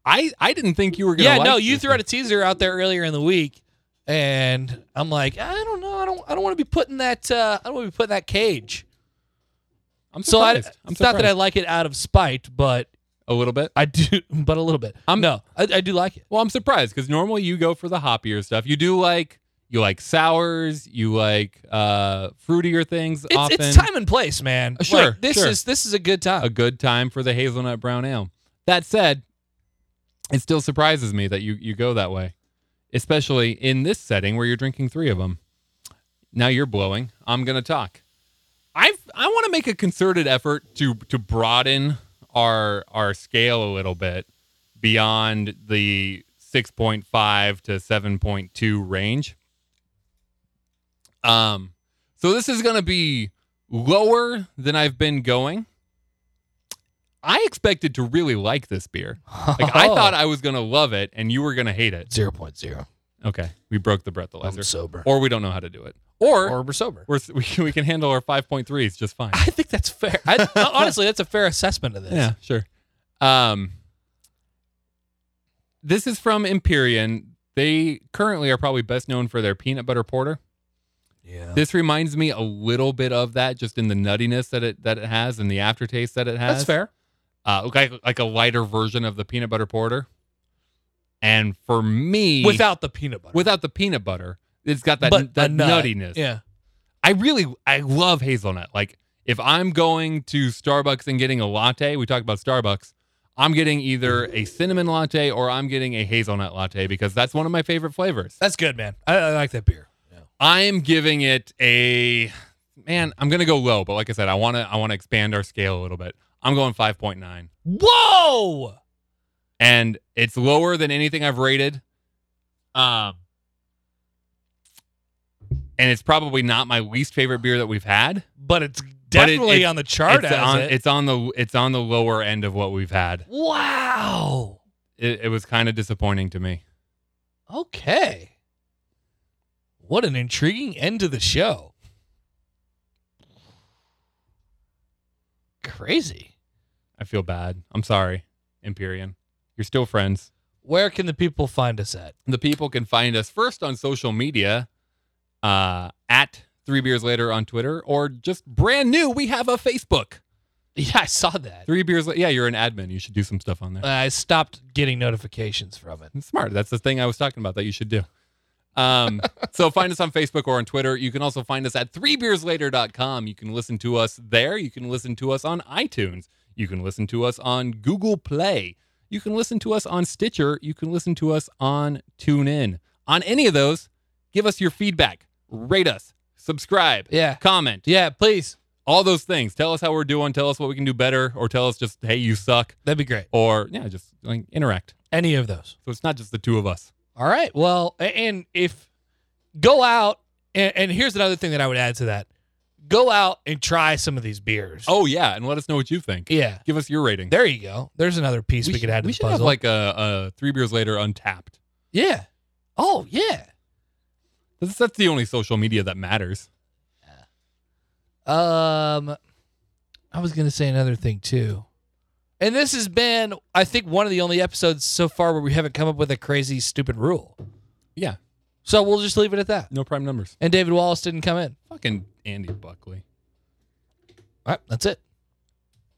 Speaker 2: I I didn't think you were gonna.
Speaker 1: Yeah,
Speaker 2: like
Speaker 1: no, you
Speaker 2: this
Speaker 1: threw out
Speaker 2: one.
Speaker 1: a teaser out there earlier in the week, and I'm like, I don't know, I don't, I don't want to be put in that, uh, I don't want to be put in that cage.
Speaker 2: I'm
Speaker 1: So I,
Speaker 2: surprised.
Speaker 1: it's
Speaker 2: I'm
Speaker 1: not that I
Speaker 2: surprised.
Speaker 1: like it out of spite, but
Speaker 2: a little bit.
Speaker 1: I do, but a little bit.
Speaker 2: I'm-
Speaker 1: no, I, I do like it.
Speaker 2: Well, I'm surprised because normally you go for the hoppier stuff. You do like you like sours, you like uh fruitier things.
Speaker 1: It's,
Speaker 2: often
Speaker 1: it's time and place, man.
Speaker 2: Uh, sure,
Speaker 1: Like, this
Speaker 2: sure.
Speaker 1: is this is a good time.
Speaker 2: a good time for the hazelnut brown ale. That said, it still surprises me that you you go that way, especially in this setting where you're drinking three of them. Now you're blowing. I'm gonna talk. I I want to make a concerted effort to to broaden our our scale a little bit beyond the 6.5 to 7.2 range. Um, so this is gonna be lower than I've been going. I expected to really like this beer. Like oh. I thought I was gonna love it, and you were gonna hate
Speaker 1: <laughs>
Speaker 2: it.
Speaker 1: zero point zero.
Speaker 2: Okay, we broke the breathalyzer,
Speaker 1: I'm sober,
Speaker 2: or we don't know how to do it, or,
Speaker 1: or Ah, we're sober.
Speaker 2: we're, <laughs> we can- we can handle our five point threes just fine.
Speaker 1: I think that's fair. I, uh, honestly, that's a fair assessment of this.
Speaker 2: Yeah, sure. Um, this is from Empyrean. They currently are probably best known for their peanut butter porter.
Speaker 1: yeah.
Speaker 2: This reminds me a little bit of that, just in the nuttiness that it that it has and the aftertaste that it has.
Speaker 1: That's fair.
Speaker 2: Uh, like like a lighter version of the peanut butter porter. And for me,
Speaker 1: Without the peanut butter,
Speaker 2: without the peanut butter, it's got that,
Speaker 1: but
Speaker 2: that
Speaker 1: a nut.
Speaker 2: nuttiness.
Speaker 1: Yeah,
Speaker 2: I really I love hazelnut. Like if I'm going to Starbucks and getting a latte, we talked about Starbucks. I'm getting either a cinnamon latte or I'm getting a hazelnut latte because that's one of my favorite flavors.
Speaker 1: that's good, man. I, I like that beer. Yeah.
Speaker 2: I am giving it a man. I'm gonna go low, but like I said, I wanna I wanna expand our scale a little bit. I'm going 5.9,
Speaker 1: Whoa!
Speaker 2: and it's lower than anything I've rated. Um, and it's probably not my least favorite beer that we've had.
Speaker 1: But it's definitely
Speaker 2: it-
Speaker 1: on the chart
Speaker 2: it's
Speaker 1: as
Speaker 2: on,
Speaker 1: it.
Speaker 2: It's on the it's on the lower end of what we've had.
Speaker 1: wow.
Speaker 2: It, it was kind of disappointing to me.
Speaker 1: Okay. What an intriguing end to the show. Crazy.
Speaker 2: I feel bad. I'm sorry, Empyrean. You're still friends.
Speaker 1: Where can the people find us at? <laughs>
Speaker 2: The people can find us first on social media, uh, at Three Beers Later on Twitter, or just brand new. We have a Facebook.
Speaker 1: Yeah, I saw that.
Speaker 2: Three Beers. La- yeah, you're an admin. You should do some stuff on there.
Speaker 1: I stopped getting notifications from it.
Speaker 2: It's smart. That's the thing I was talking about that you should do. Um, so find us on Facebook or on Twitter. You can also find us at threebeerslater.com. You can listen to us there. You can listen to us on iTunes. You can listen to us on Google Play. You can listen to us on Stitcher. You can listen to us on TuneIn. On any of those, give us your feedback, rate us, subscribe,
Speaker 1: Yeah.
Speaker 2: comment,
Speaker 1: Yeah, please.
Speaker 2: all those things. Tell us how we're doing. Tell us what we can do better, or tell us just, hey, you suck,
Speaker 1: That'd be great.
Speaker 2: or yeah, just like interact.
Speaker 1: Any of those.
Speaker 2: So it's not just the two of us.
Speaker 1: All right. Well, a- and if go out and, and here's another thing that I would add to that. Go out and try some of these beers.
Speaker 2: Oh yeah, and let us know what you think.
Speaker 1: yeah.
Speaker 2: Give us your rating.
Speaker 1: There you go. There's another piece we,
Speaker 2: should-
Speaker 1: could add to
Speaker 2: we
Speaker 1: the
Speaker 2: should
Speaker 1: puzzle.
Speaker 2: have like a, a three beers later untapped.
Speaker 1: yeah. Oh yeah.
Speaker 2: That's, that's the only social media that matters.
Speaker 1: Um, I was gonna say another thing too, and this has been, I think, one of the only episodes so far where we haven't come up with a crazy, stupid rule.
Speaker 2: Yeah,
Speaker 1: So we'll just leave it at that.
Speaker 2: no prime numbers.
Speaker 1: And David Wallace didn't come in.
Speaker 2: Fucking Andy Buckley.
Speaker 1: All right, that's it.